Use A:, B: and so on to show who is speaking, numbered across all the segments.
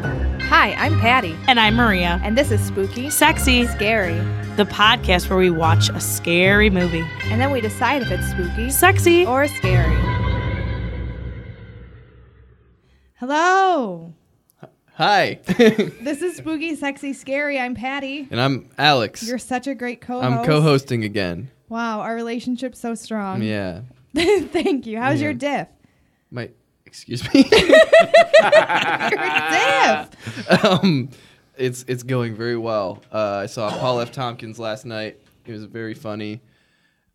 A: Hi, I'm Patty,
B: And I'm Maria.
A: and this is Spooky,
B: Sexy,
A: Scary,
B: the podcast where we watch a scary movie.
A: and then we decide if it's spooky
B: Sexy.
A: or scary. Hello,
C: Hi,
A: this is Spooky, Sexy, Scary. I'm Patty.
C: and I'm Alex.
A: You're such a great co-host.
C: I'm co-hosting again.
A: Wow, our relationship's so strong.
C: Yeah,
A: Thank you. How's your diff?
C: my excuse me.
A: Your diff.
C: um, it's it's going very well. Uh, I saw Paul F. Tompkins last night. It was very funny.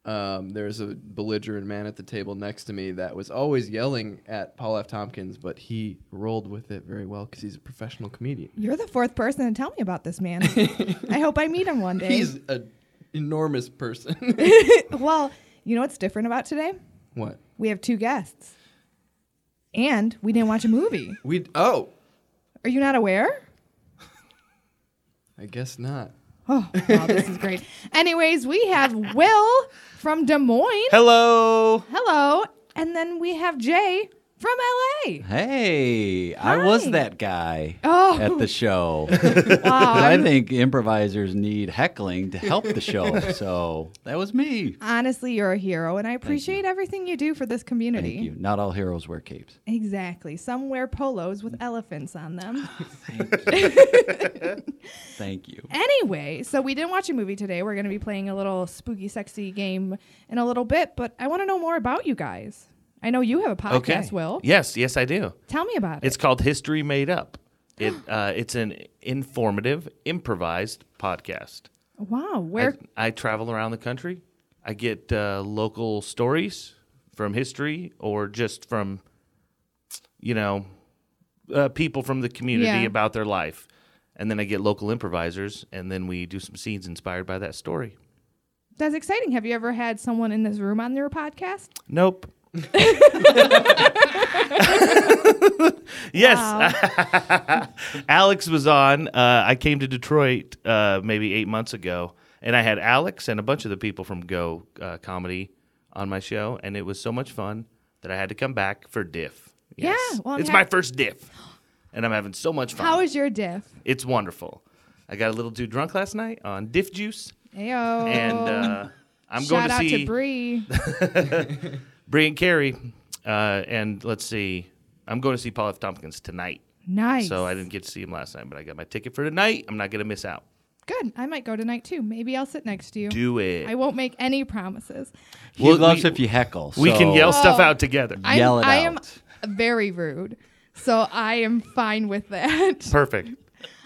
C: Um, there was a belligerent man at the table next to me that was always yelling at Paul F. Tompkins, but he rolled with it very well because he's a professional comedian.
A: You're the fourth person to tell me about this man. I hope I meet him one day.
C: He's an enormous person.
A: well, you know what's different about today?
C: what?
A: We have two guests. And we didn't watch a movie.
C: We oh,
A: Are you not aware?
C: I guess not.
A: Oh, wow, this is great. Anyways, we have Will from Des Moines.
D: Hello.
A: Hello. And then we have Jay from LA.
D: Hey, I
A: Hi.
D: was that guy
A: Oh.
D: at the show.
A: Wow.
D: I
A: I'm-
D: think improvisers need heckling to help the show. So that was me.
A: Honestly, you're a hero, and I appreciate everything you do for this community.
D: Thank you. Not all heroes wear capes.
A: Exactly. Some wear polos with elephants on them.
D: Thank you.
A: Anyway, so we didn't watch a movie today. We're going to be playing a little spooky, sexy game in a little bit, but I want to know more about you guys. I know you have a podcast, Will.
E: Yes, yes, I do.
A: Tell me about
E: It's
A: it.
E: called History Made Up. It uh, it's an informative, improvised podcast.
A: Wow. Where?
E: I, I travel around the country. I get uh, local stories from history or just from, you know, uh, people from the community
A: Yeah.
E: about their life, and then I get local improvisers, and then we do some scenes inspired by that story.
A: That's exciting. Have you ever had someone in this room on your podcast?
E: Nope.
A: Oh,
E: yes, Alex was on. Uh, I came to Detroit uh, maybe eight months ago, and I had Alex and a bunch of the people from Go uh, Comedy on my show, and it was so much fun that I had to come back for Diff.
A: Yeah,
E: Yes.
A: well, I'm
E: it's
A: hap-
E: my first Diff, and I'm having so much fun.
A: How is your diff?
E: it's wonderful. I got a little too drunk last night on Diff Juice,
A: Ayo.
E: and uh, I'm
A: Oh. Shout
E: going to
A: out
E: see
A: to Bree.
E: Brie and Carrie, uh, and let's see. I'm going to see Paul F. Tompkins tonight.
A: nice.
E: So I didn't get to see him last night, but I got my ticket for tonight. I'm not going to miss out.
A: Good. I might go tonight too. Maybe I'll sit next to you.
E: Do it.
A: I won't make any promises.
D: He
E: Well,
D: loves
E: we-
D: if you heckle.
E: we can
D: so
E: yell stuff
A: Oh.
E: out together.
A: I'm-
D: Yell it
A: I
D: out.
A: am very rude. So I am fine with that.
E: Perfect.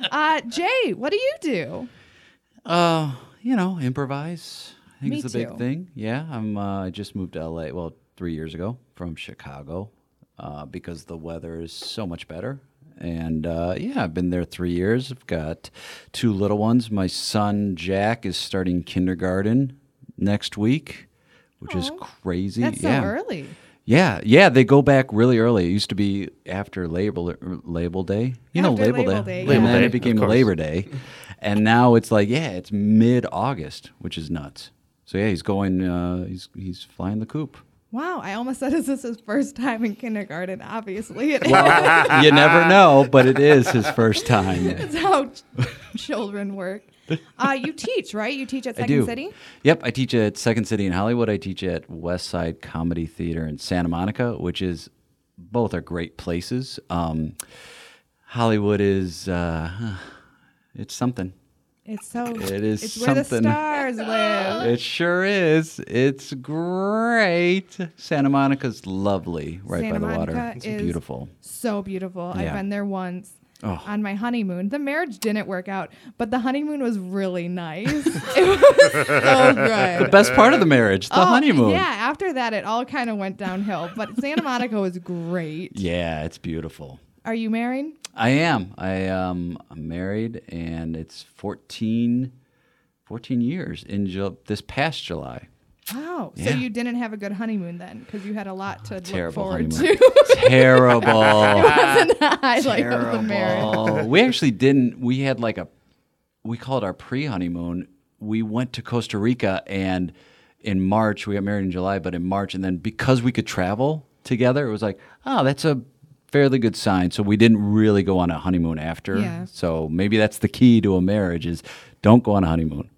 A: Uh, Jay, what do you do?
D: Uh, you know, improvise. I think
A: Me
D: it's the
A: too.
D: big thing. Yeah, I'm. Uh, I just moved to LA. Well, three years ago from Chicago, uh, because the weather is so much better. And uh, yeah, I've been there three years. I've got two little ones. My son Jack is starting kindergarten next week, which is crazy.
A: That's
D: yeah.
A: so early.
D: Yeah, yeah, they go back really early. It used to be after Labor Label Day, you know,
A: After
D: Label,
A: Label Day,
D: Day,
A: yeah.
D: and
E: Label
D: then
E: Day,
D: it became
E: of course.
D: Labor Day, and now it's like yeah, it's mid August, which is nuts. So yeah, he's going, uh, he's he's flying the coop.
A: Wow, I almost said is this his first time in kindergarten? Obviously, it is.
D: you never know, but it is his first time.
A: That's how ch- children work. Uh, you teach, right? You teach at
D: I
A: Second
D: do.
A: City.
D: Yep, I teach at Second City in Hollywood. I teach at West Side Comedy Theater in Santa Monica, which is both are great places. Um, Hollywood is uh, it's something.
A: It's so.
D: It is
A: It's where the
D: something.
A: stars live.
D: It sure is. It's great. Santa Monica's lovely, right
A: Santa
D: by the water.
A: Monica
D: It's
A: is-
D: beautiful.
A: So beautiful. I've
D: Yeah.
A: been there once.
D: Oh.
A: On my honeymoon, the marriage didn't work out, but the honeymoon was really nice. it was so good.
D: The best part of the marriage, the
A: Oh,
D: honeymoon.
A: Yeah, after that, it all kind of went downhill. But Santa Monica was great.
D: Yeah, it's beautiful.
A: Are you married?
D: I am. I um I'm married and it's 14 14 years in Ju- this past July.
A: Wow.
D: Yeah.
A: Oh,
D: Oh,
A: So you didn't have a good honeymoon then because you had a lot to look
D: Terrible
A: forward
D: honeymoon.
A: to.
D: Terrible.
A: I like the marriage.
D: Terrible. Uh, we actually didn't. We had like a, we called our pre honeymoon. We went to Costa Rica and in March, we got married in July, but in March, and then because we could travel together, it was like, oh, that's a fairly good sign. So we didn't really go on a honeymoon after.
A: Yeah.
D: So maybe that's the key to a marriage is don't go on a honeymoon.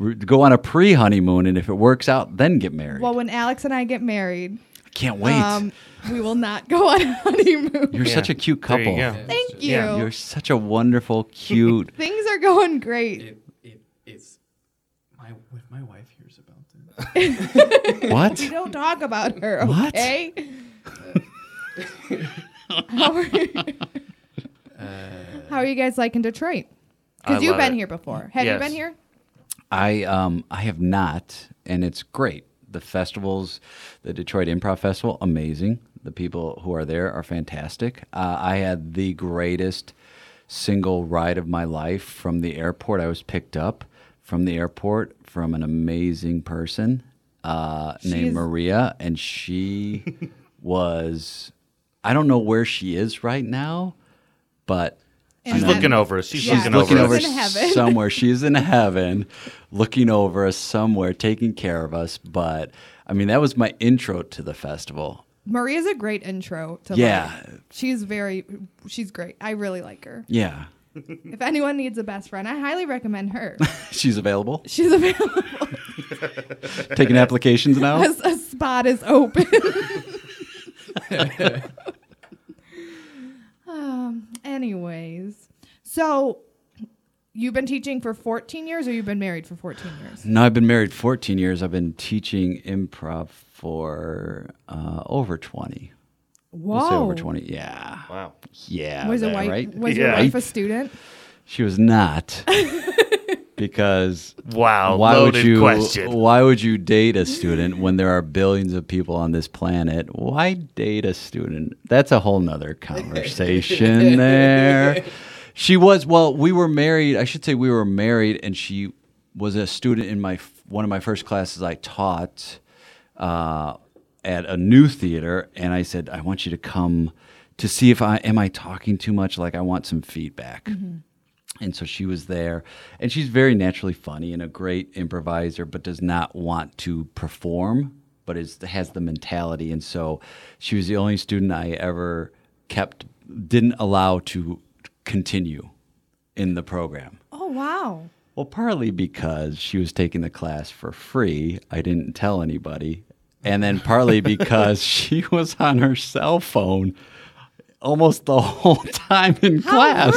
D: R- go on a pre-honeymoon, and if it works out, then get married.
A: Well, when Alex and I get married, um,
D: I can't wait.
A: we will not go on a honeymoon.
D: You're such a cute
E: There you
D: couple.
E: go.
A: Thank you.
E: Yeah,
D: You're such a wonderful, cute.
A: Things are going great.
C: It, it, it's my if my wife hears about this.
D: what?
A: We don't talk about her,
D: What?
A: okay? How are, you, How are you guys like in Detroit?
E: I
A: Because you've
E: love
A: been
E: it.
A: here before. Have you
E: Yes.
A: been here?
D: I um I have not, and it's great. The festivals, the Detroit Improv Festival, amazing. The people who are there are fantastic. Uh, I had the greatest single ride of my life from the airport. I was picked up from the airport from an amazing person uh, named
A: is-
D: Maria, and she was. I don't know where she is right now, but
A: And
E: She's
A: then-
E: looking over us. She's
A: Yeah.
E: looking,
A: Looking
E: over,
A: over
E: us.
A: in heaven.
D: somewhere. She's in heaven, looking over us somewhere, taking care of us. But I mean, that was my intro to the festival.
A: Maria's a great intro to
D: Yeah.
A: like- she's very she's great. I really like her.
D: Yeah,
A: If anyone needs a best friend, I highly recommend her.
D: she's available.
A: She's available.
D: Taking applications now.
A: A, a spot is open. um, anyways, so you've been teaching for 14 years or you've been married for 14 years?
D: No, I've been married 14 years. I've been teaching improv for uh, over 20.
A: Whoa.
D: We'll say over 20. Yeah,
E: Wow.
D: yeah.
A: Was,
D: that,
A: a wife,
D: right?
A: was your
E: Yeah.
A: wife a student?
D: She was not. Because
E: Wow.
D: why
E: loaded
D: would you
E: question.
D: why would you date a student when there are billions of people on this planet why date a student that's a whole nother conversation there she was well we were married i should say we were married and she was a student in my f- one of my first classes i taught uh, at a new theater and i said i want you to come to see if i am i talking too much like i want some feedback and so she was there, and she's very naturally funny and a great improviser, but does not want to perform, but is, has the mentality. And so she was the only student I ever kept, didn't allow to continue in the program.
A: Oh, wow.
D: Well, partly because she was taking the class for free. I didn't tell anybody. And then partly because she was on her cell phone almost the whole time in class.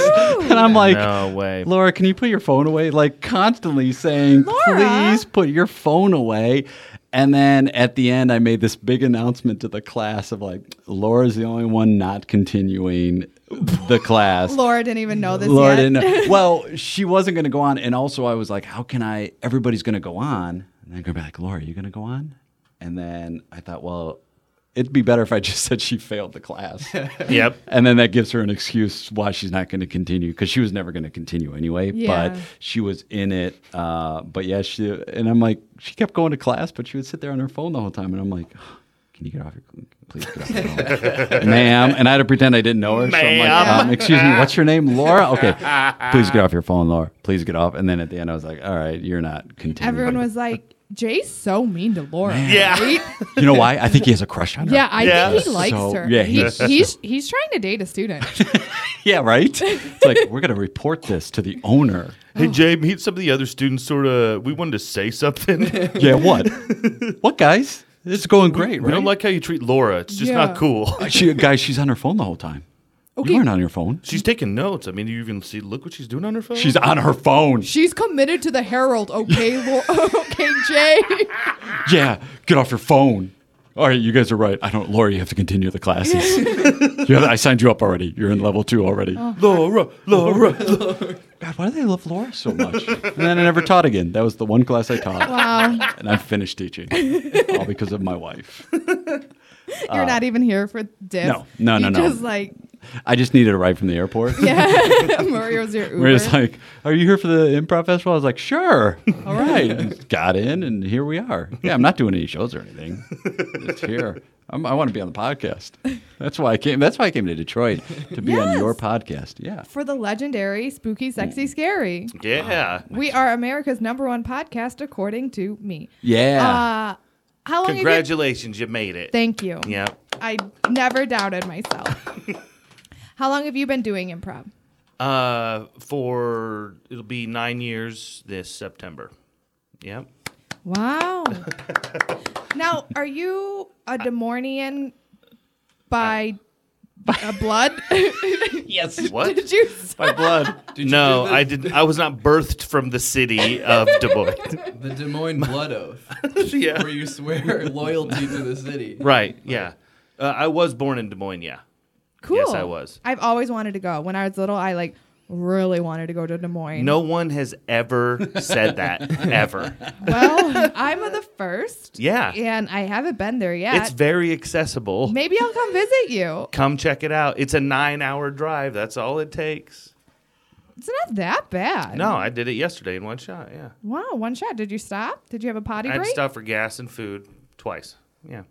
D: And I'm like,
E: No way.
D: Laura, can you put your phone away? Like constantly saying,
A: Laura?
D: please put your phone away. And then at the end, I made this big announcement to the class of like, Laura's the only one not continuing the class.
A: Laura didn't even know this
D: Laura
A: yet.
D: didn't know. Well, she wasn't going to go on. And also, I was like, how can I? Everybody's going to go on. And then going to be like, Laura, are you going to go on? And then I thought, well, it'd be better if I just said she failed the class.
E: Yep.
D: and then that gives her an excuse why she's not going to continue because she was never going to continue anyway.
A: Yeah.
D: But she was in it. Uh, but yeah, she, and I'm like, she kept going to class, but she would sit there on her phone the whole time. And I'm like, can you get off your, please get off your phone? Ma'am. And I had to pretend I didn't know her. So I'm like,
E: Ma'am.
D: um, excuse me, what's your name? Laura? Okay. Please get off your phone, Laura. Please get off. And then at the end, I was like, all right, you're not continuing.
A: Everyone was like, Jay's so mean to Laura.
E: Yeah.
A: right?
D: you know why? I think he has a crush on her.
A: Yeah, I
E: Yeah.
A: think he likes
D: So-
A: her.
D: yeah,
A: he,
D: he's-
A: he's he's trying to date a student.
D: Yeah, right? It's like, we're going to report this to the owner.
E: Hey, Jay, meet some of the other students. Sort of, we wanted to say something. we
D: Yeah, what? what, guys? It's going great, right?
E: don't like how you treat Laura. It's just
A: Yeah.
E: not cool.
D: She, guys, she's on her phone the whole time.
A: Okay.
D: You weren't on your phone.
E: She's taking notes. I mean, you even see, look what she's doing on her phone.
D: She's on her phone.
A: She's committed to the Herald, okay, Lo- okay, Jay.
D: Yeah, get off your phone. All right, you guys are right. I don't, Laura. You have to continue the classes. you have, I signed you up already. You're in level two already.
A: Oh.
E: Laura, Laura.
D: God, why do they love Laura so much? and then I never taught again. That was the one class I taught,
A: Wow,
D: and I finished teaching, all because of my wife.
A: you're not even here for diff.
D: no, no, no,
A: you
D: no.
A: Just like
D: I just needed a ride from the airport.
A: yeah, Maria was your Uber.
D: We're just like, "Are you here for the improv festival?" I was like, "Sure, all right." Got in, and here we are. Yeah, I'm not doing any shows or anything. It's here. I'm, I want to be on the podcast. That's why I came. That's why I came to Detroit to be on
A: Yes.
D: your podcast. Yeah,
A: for the legendary spooky,
D: Mm.
A: sexy, scary.
E: Yeah.
A: We are America's number one podcast, according to me.
D: yeah.
A: Uh, how long? ago-
E: Congratulations, you made it.
A: Thank you.
E: Yeah.
A: I never doubted myself. How long have you been doing improv?
E: Uh, for it'll be nine years this September. Yep.
A: Wow. now, are you a Demornian by, by a blood?
E: Yes. What?
A: Did you?
E: By blood. no, I didn't. I was not birthed from the city of Des Moines.
C: The Des Moines blood oath,
E: yeah.
C: where you swear loyalty to the city.
E: Right. Yeah. Uh, I was born in Des Moines. Yeah.
A: Cool.
E: Yes, I was.
A: I've always wanted to go. When I was little, I like really wanted to go to Des Moines.
E: No one has ever said that ever.
A: Well, I'm the first.
E: Yeah.
A: And I haven't been there yet.
E: It's very accessible.
A: Maybe I'll come visit you.
E: Come check it out. It's a nine-hour drive. That's all it takes.
A: It's not that bad.
E: No, I did it yesterday in one shot. Yeah.
A: Wow, one shot. Did you stop? Did you have a potty
E: I had
A: break?
E: to stop for gas and food twice. Yeah.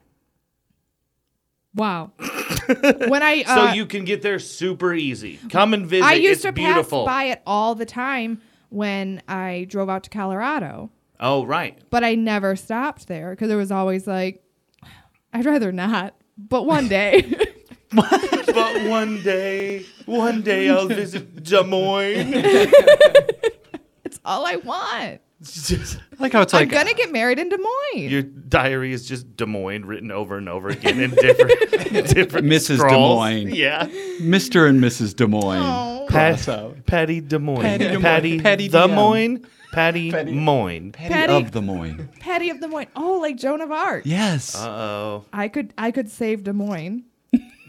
A: Wow. when I uh,
E: so you can get there super easy. Come and visit.
A: I used
E: it's
A: to
E: beautiful.
A: pass by it all the time when I drove out to Colorado,
E: Oh, right.
A: but I never stopped there because it was always like, I'd rather not. But one day,
E: But one day, one day I'll visit Des Moines.
A: it's all I want.
E: It's just-
D: I like how it's
A: I'm
D: like
A: gonna get married in Des Moines.
E: your diary is just Des Moines written over and over again in different, different
D: Mrs. Des
E: scrawls.
D: Moines.
E: Yeah.
D: Mr. and Mrs. Des Moines.
A: Oh.
E: Pat,
D: out.
E: Patty Des Moines.
D: Patty Des
E: Patty,
D: Moines. Patty
E: Des
D: DM.
E: Moines. Patty, Moine.
A: Patty-
D: of Des Moines.
A: Patty of Des Moines. Oh, like Joan of Arc.
D: Yes.
E: Uh oh.
A: I could I could save Des Moines.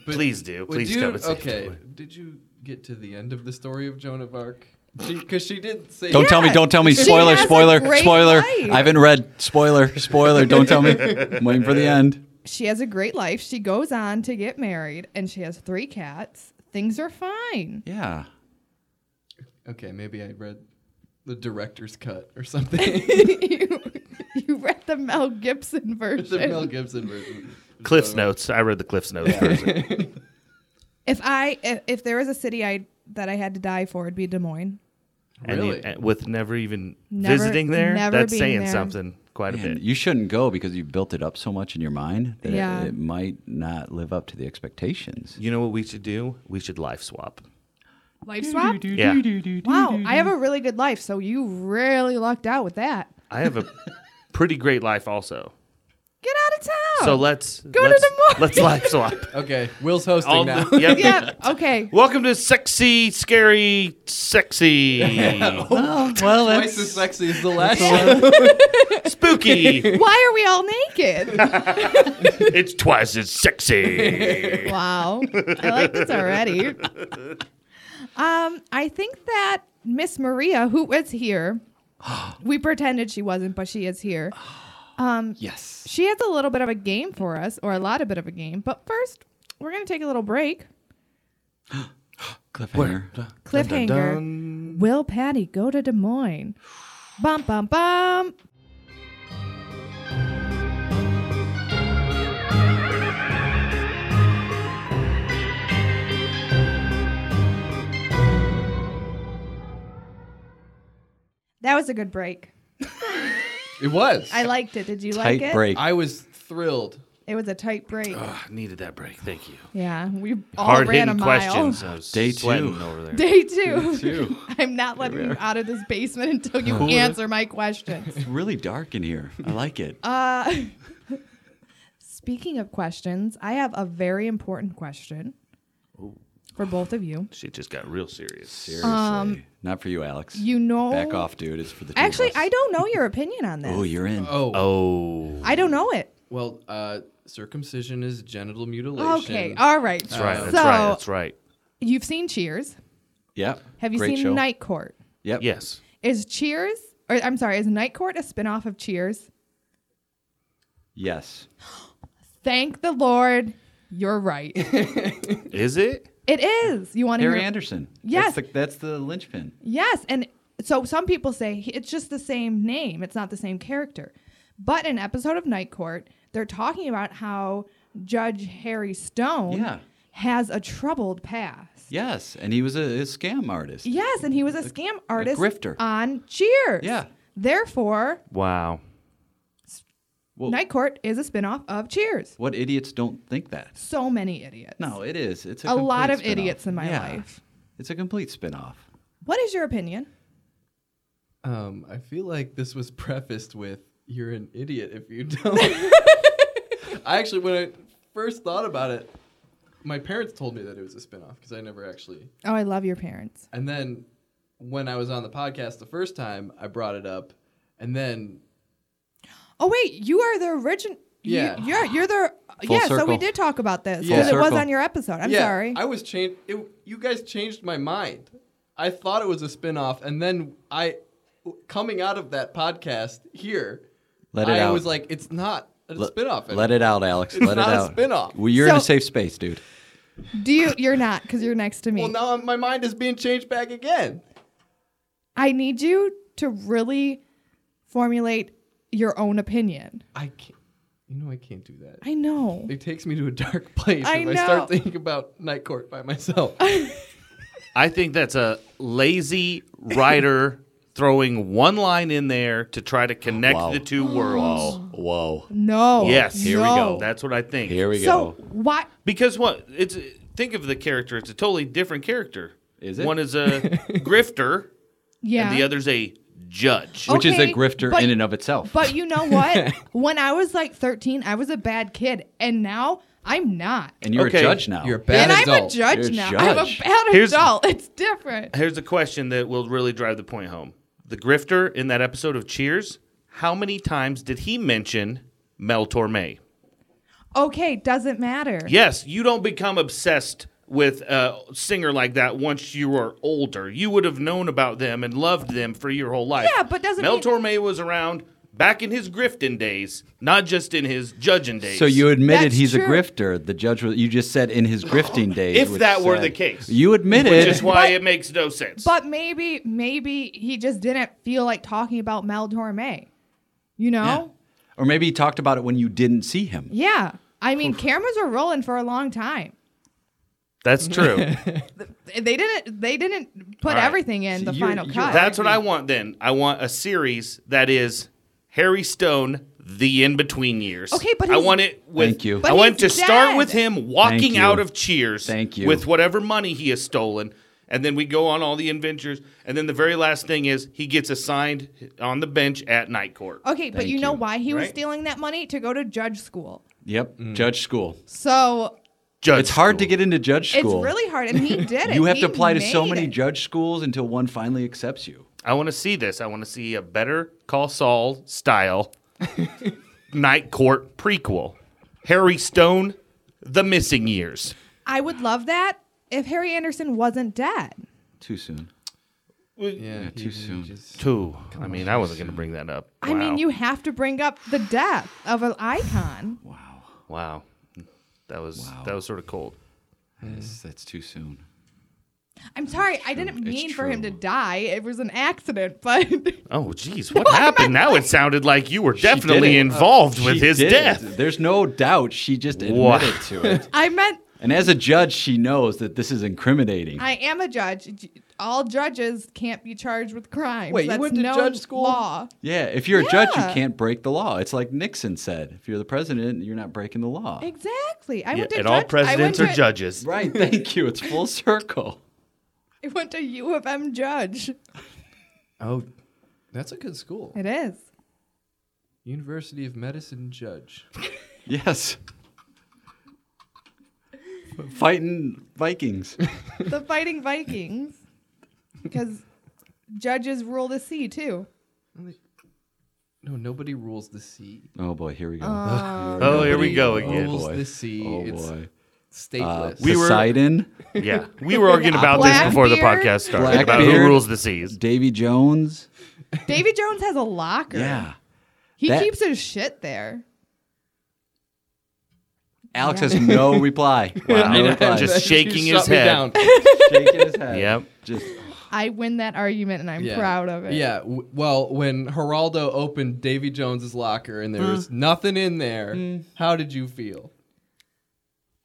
C: But
E: Please do.
C: would
E: Please
C: you-
E: come and see Des
C: Okay.
E: Moines.
C: Did you get to the end of the story of Joan of Arc? Because she, did say.
D: don't tell me,
A: Yeah.
D: don't tell me.
A: She
D: Spoiler,
A: has a
D: spoiler,
A: great
D: spoiler.
A: life.
D: I haven't read. Spoiler, spoiler. Don't tell me. I'm waiting for the end.
A: She has a great life. She goes on to get married and she has three cats. Things are fine.
D: Yeah.
C: Okay, maybe I read the director's cut or something.
A: you, you read the Mel Gibson
C: the
A: version.
C: Mel Gibson version.
E: Cliff's
C: So-
E: Notes. I read the Cliff's Notes version.
A: if I if, if there was a city I that I had to die for, it'd be Des Moines.
E: And you-
C: Really?
E: and with never even
A: Never-
E: visiting there,
A: never
E: that's
A: being
E: saying
A: there.
E: something quite a
D: Man,
E: bit.
D: you shouldn't go because you built it up so much in your mind that it-
A: Yeah.
D: it, might not live up to the expectations.
E: You know what we should do? We should life swap.
A: Life swap.
E: Yeah.
A: Wow, I have a really good life, so you really lucked out with that.
E: I have a pretty great life also.
A: Get out of town.
E: So let's
A: Oh. to
E: let's,
A: Des Moines.
E: let's life swap.
C: Okay, Will's hosting
E: All
C: now.
E: the- yep.
A: yeah. Okay.
E: Welcome to sexy, scary, sexy,
D: Oh, well,
C: Twice as sexy as the last one.
E: spooky.
A: Why are we all naked?
E: it's twice as sexy.
A: wow. I like this already. Um, I think that Miss Maria, who is here, we pretended she wasn't, but she is here.
D: yes.
A: She has a little bit of a game for us, or a lot of bit of a game. But first, we're gonna take a little break.
D: Cliffhanger.
A: Cliffhanger. Will Patty go to Des Moines? Bum bum bum. That was a good break.
C: It was.
A: I liked it. Did you like
D: Tight
A: it?
D: break.
C: I was thrilled.
A: It was a tight break.
E: Ah, needed that break. Thank you.
A: Yeah, we all
E: Hard
A: ran a
E: hitting
A: mile.
E: questions. I was
D: Day two.
E: sweating over there.
A: Day two.
D: Two.
A: I'm not letting you out of this basement until you
D: Cool.
A: answer my questions.
D: It's really dark in here. I like it.
A: Uh, speaking of questions, I have a very important question for both of you.
E: Shit just got real serious.
D: Seriously. Not for you, Alex.
A: um, You know,
D: Back off, dude. It's for the two of
A: Actually,
D: us.
A: I don't know your opinion on this.
D: Oh, you're in.
C: Oh,
E: Oh,
A: I don't know it.
C: well, uh, circumcision is genital mutilation.
A: Okay, all right.
E: that's right. That's
A: so
E: right. That's right.
A: you've seen Cheers.
D: Yep.
A: Have you
D: Great
A: seen
D: show.
A: Night Court?
D: Yep.
E: Yes.
A: Is Cheers, or I'm sorry, is Night Court a spinoff of Cheers?
D: Yes.
A: Thank the Lord, you're right.
E: Is it?
A: it is. You want to hear?
D: Harry Anderson.
A: Yes.
D: That's the, that's the linchpin.
A: Yes, and so some people say he- it's just the same name. It's not the same character. But in an episode of Night Court, they're talking about how Judge Harry Stone
D: Yeah.
A: has a troubled past.
D: Yes. And he was a, a scam artist.
A: Yes, and he was a scam artist
D: grifter.
A: on Cheers.
D: Yeah.
A: Therefore,
E: Wow.
A: Night Court is a spinoff of Cheers.
D: What idiots don't think that?
A: So many idiots.
D: No, it is. It's a,
A: A lot
D: complete
A: of
D: spin-off.
A: idiots in my
D: Yeah.
A: life.
D: It's a complete spin-off.
A: What is your opinion?
C: Um, I feel like this was prefaced with "You're an idiot if you don't." I actually, when I first thought about it, my parents told me that it was a spinoff because I never actually.
A: Oh, I love your parents.
C: And then when I was on the podcast the first time, I brought it up, and then
A: Oh wait, you are the origin.
C: Yeah.
A: you, you're you're the
D: Full
A: yeah. So
D: circle.
A: we did talk about this
C: Yeah.
A: because it
D: Full
A: was
D: circle.
A: on your episode. I'm
C: yeah,
A: sorry.
C: I was changed. You guys changed my mind. I thought it was a spinoff, and then I, w- coming out of that podcast here,
D: Let it
C: I
D: out.
C: was like, "It's not a
D: Let-
C: spinoff."
D: Let it out, Alex.
C: It's
D: Let
C: not
D: it
C: a
D: out.
C: spin-off.
D: Well, you're in a
A: So-
D: safe space, dude.
A: Do you? You're not because you're next to me.
C: Well, now my mind is being changed back again.
A: I need you to really formulate your own opinion.
C: I can't. You know, I can't do that.
A: I know.
C: It takes me to a dark place
A: I
C: if I
A: know.
C: start thinking about Night Court by myself.
E: I think that's a lazy writer throwing one line in there to try to connect
D: Wow.
E: the two worlds.
D: Whoa.
A: No.
E: Yes,
A: no.
E: here we go. That's what I think.
D: Here we
A: so
D: go.
A: what?
E: Because what it's think of the character, it's a totally different character.
D: Is it?
E: One is a grifter
A: Yeah.
E: and the other's a judge.
A: Oh.
D: Which is
A: Okay,
D: a grifter
A: but-
D: in and of itself.
A: But you know what? when I was like 13, I was a bad kid, and now I'm not.
D: and you're
E: Okay.
D: a judge now.
C: You're a bad
A: and I'm a
C: adult.
A: judge
D: You're a
A: now. I'm a
D: judge.
A: bad
E: Here's-
A: adult. It's different.
E: Here's a question that will really drive the point home. The grifter in that episode of Cheers, how many times did he mention Mel Torme?
A: Okay, doesn't matter.
E: Yes, you don't become obsessed with a singer like that once you are older. You would have known about them and loved them for your whole life.
A: Yeah, but doesn't
E: Mel
A: mean-
E: Torme was around back in his grifting days, not just in his judging days.
D: so you admitted
A: That's
D: he's
A: true.
D: a grifter. The judge was. You just said in his grifting days.
E: If
D: which
E: that were
D: said-
E: the case.
D: you admitted.
E: which is why
A: But-
E: it makes no sense.
A: But maybe, maybe he just didn't feel like talking about Mel Torme. You
D: Yeah.
A: know?
D: Or maybe he talked about it when you didn't see him.
A: Yeah. I mean, cameras were rolling for a long time.
E: That's true.
A: They didn't. They didn't put
E: All right.
A: everything in the
D: you're-
A: final
D: you're
A: cut.
E: That's what I want then. I want a series that is Harry Stone, the in between years.
A: Okay, but
E: I
A: he's-
E: want it with.
D: Thank you.
E: I
A: But
E: want to
A: he's
E: start
A: dead.
E: with him walking
D: Thank you.
E: out of Cheers.
D: Thank you.
E: With whatever money he has stolen. And then we go on all the adventures. And then the very last thing is he gets assigned on the bench at night court.
A: Okay, but you know
D: you.
A: why he was
E: Right?
A: stealing that money to go to judge school.
D: Yep.
A: Mm.
D: Judge school.
A: So
E: Judge
D: It's hard to
E: school.
D: get into judge school.
A: it's really hard, and he did it.
D: You have
A: He
D: to apply to so
A: made
D: many
A: it.
D: judge schools until one finally accepts you.
E: I want to see this. I want to see a better Call Saul style night court prequel. Harry Stone, The Missing Years.
A: I would love that if Harry Anderson wasn't dead.
D: Too soon.
C: yeah,
D: too soon.
E: Two. I mean, I wasn't going to bring that up.
A: I
E: Wow.
A: mean, you have to bring up the death of an icon.
D: Wow.
E: Wow, that was that was sort of cold.
D: That's, that's too soon.
A: I'm sorry, I didn't
D: It's
A: mean for him to
D: true.
A: die. It was an accident, but
E: Oh, geez, what happened? Now it sounded like you were definitely
D: did it.
E: involved with
D: She
E: his
D: did.
E: death.
D: There's no doubt she just admitted
E: Wow.
D: to it.
A: I meant
D: And as a judge, she knows that this is incriminating.
A: I am a judge. All judges can't be charged with crimes.
C: Wait, you
A: That's
C: went to
A: no
C: judge school?
A: Law.
D: yeah, if you're a judge, you
A: Yeah.
D: can't break the law. It's like Nixon said if you're the president, you're not breaking the law.
A: Exactly. I
E: Yeah,
A: went to
E: and
A: judge,
E: all
A: I went
E: presidents
A: to,
E: are judges.
D: Right, thank you. It's full circle.
A: I went to U of M judge.
C: Oh, that's a good school.
A: It is.
C: University of Medicine Judge.
D: Yes. Fighting Vikings.
A: The Fighting Vikings. Because judges rule the sea, too.
C: No, nobody rules the sea.
D: Oh boy, here we go.
A: Uh,
E: Oh, here we go
C: Rules
E: again. Uh,
D: boy.
C: the sea.
D: Oh
C: it's
D: boy.
C: stateless.
E: we were-
D: Poseidon,
E: Yeah, we were arguing about this before the
A: Blackbeard.
E: podcast started about who
D: Blackbeard.
E: rules the seas.
D: Davy Jones.
A: Davy Jones has a locker.
D: Yeah.
A: He
D: that-
A: keeps his shit there.
D: Alex has no reply. No reply.
E: Just shaking
C: You
E: his
C: shut me
E: head.
C: down.
D: shaking his head.
E: Yep.
D: Just
A: I win that argument and I'm proud of it.
C: Yeah. w- Well, when Geraldo opened Davy Jones's locker and there was nothing in there, how did you feel?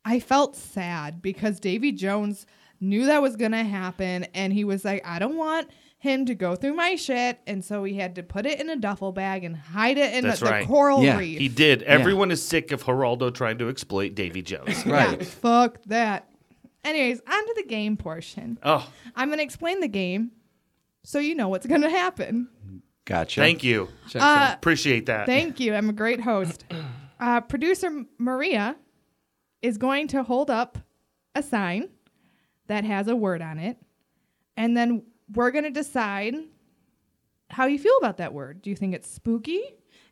A: I felt sad because Davy Jones knew that was going to happen and he was like, I don't want him to go through my shit, and so he had to put it in a duffel bag and hide it in
E: That's
A: the,
E: right.
A: coral
D: Yeah,
A: reef.
E: He did. Everyone is sick of Geraldo trying to exploit Davy Jones.
A: Yeah, fuck that. Anyways, on to the game portion.
E: oh,
A: I'm going to explain the game so you know what's going to happen.
D: Gotcha.
E: thank you.
A: Uh,
E: Appreciate that.
A: Thank you. I'm a great host. Uh, producer Maria is going to hold up a sign that has a word on it, and then we're going to decide how you feel about that word. Do you think it's spooky?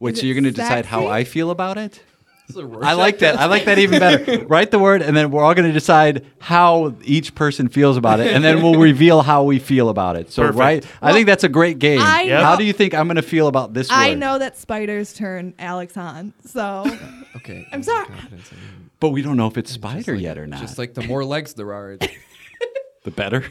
D: Wait,
A: Is
D: so you're
A: it
D: going to decide how
A: sexy?
D: I feel about it?
C: This is a
D: I
C: workshop.
D: like that. I like that even better. Write the word, and then we're all going to decide how each person feels about it, and then we'll reveal how we feel about it. So,
E: Perfect.
D: right? I think that's a great game.
A: I Yep.
D: How
A: know-
D: do you think I'm going to feel about this word?
A: I know that spiders turn Alex on, so
C: Okay. um,
A: I'm sorry.
C: Confidence in him.
D: but we don't know if it's spider
C: Like,
D: yet or not.
C: Just like the more legs there are, it's
D: the better.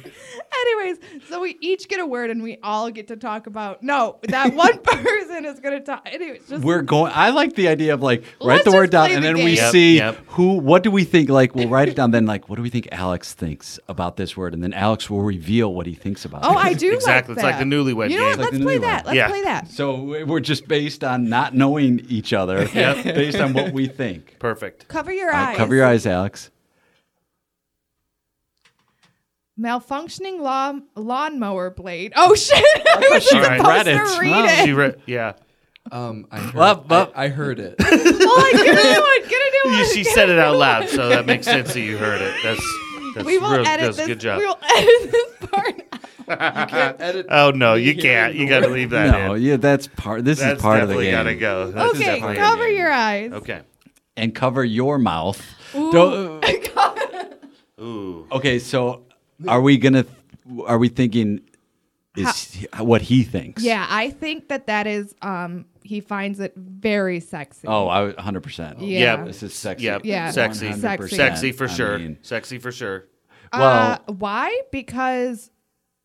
A: Anyways, so we each get a word and we all get to talk about. No, that one person is going to talk. Anyways, just
D: We're going. I like the idea of like
A: Let's
D: write the word
A: just
D: down,
A: play
D: and
A: the
D: then
A: game.
D: we
A: Yep,
D: see
E: yep.
D: who. What do we think? Like we'll write it down. Then like what do we think Alex thinks about this word, and then Alex will reveal what he thinks about.
A: Oh,
D: it.
A: I do
E: Exactly.
A: Like
E: It's like
A: that.
E: the Newlywed
A: You know what?
E: Game. It's like
A: Let's
D: the
A: play
D: Newlywed.
A: that. Let's
E: Yeah.
A: play that.
D: So we- we're just based on not knowing each other,
E: Yep. Uh,
D: based on what we think.
E: Perfect.
A: Cover your
D: All right,
A: eyes.
D: Uh, cover your eyes, Alex.
A: Malfunctioning law lawnmower blade. Oh shit! I was
E: she
A: supposed
E: read
A: to
D: it.
A: read
D: Wow.
A: it.
E: She re- yeah.
C: um I heard,
D: Up, up.
C: I, I heard it.
A: Oh, I get a new one. Get a new
E: You-
A: one.
E: she
A: get a
E: said it
A: new
E: out
A: one.
E: loud, so that makes sense that you heard it. That's that's
A: We will
E: real,
A: edit
E: that's
A: this.
E: a good job.
A: We will edit this part. out.
C: You can't edit
E: Oh no, you
C: Hearing
E: can't.
C: the
E: You got to leave that
D: No,
E: in.
D: yeah, that's part. This
E: That's
D: is part of the
E: definitely
D: game.
E: got to go. That's
A: Okay,
E: definitely-
A: cover your eyes.
E: Okay.
D: And cover your mouth.
A: Ooh.
D: Don't-
E: Ooh.
D: okay, so are we gonna? Are we thinking? Is what he thinks?
A: Yeah, I think that that is. Um, he finds it very sexy.
D: Oh, I 100. percent
A: Yeah.
D: This is sexy.
E: Yeah.
A: Yeah.
E: Sexy.
D: 100%.
E: Sexy for
D: I
E: sure.
D: mean,
E: Sexy for sure.
A: Uh,
D: well,
A: why? Because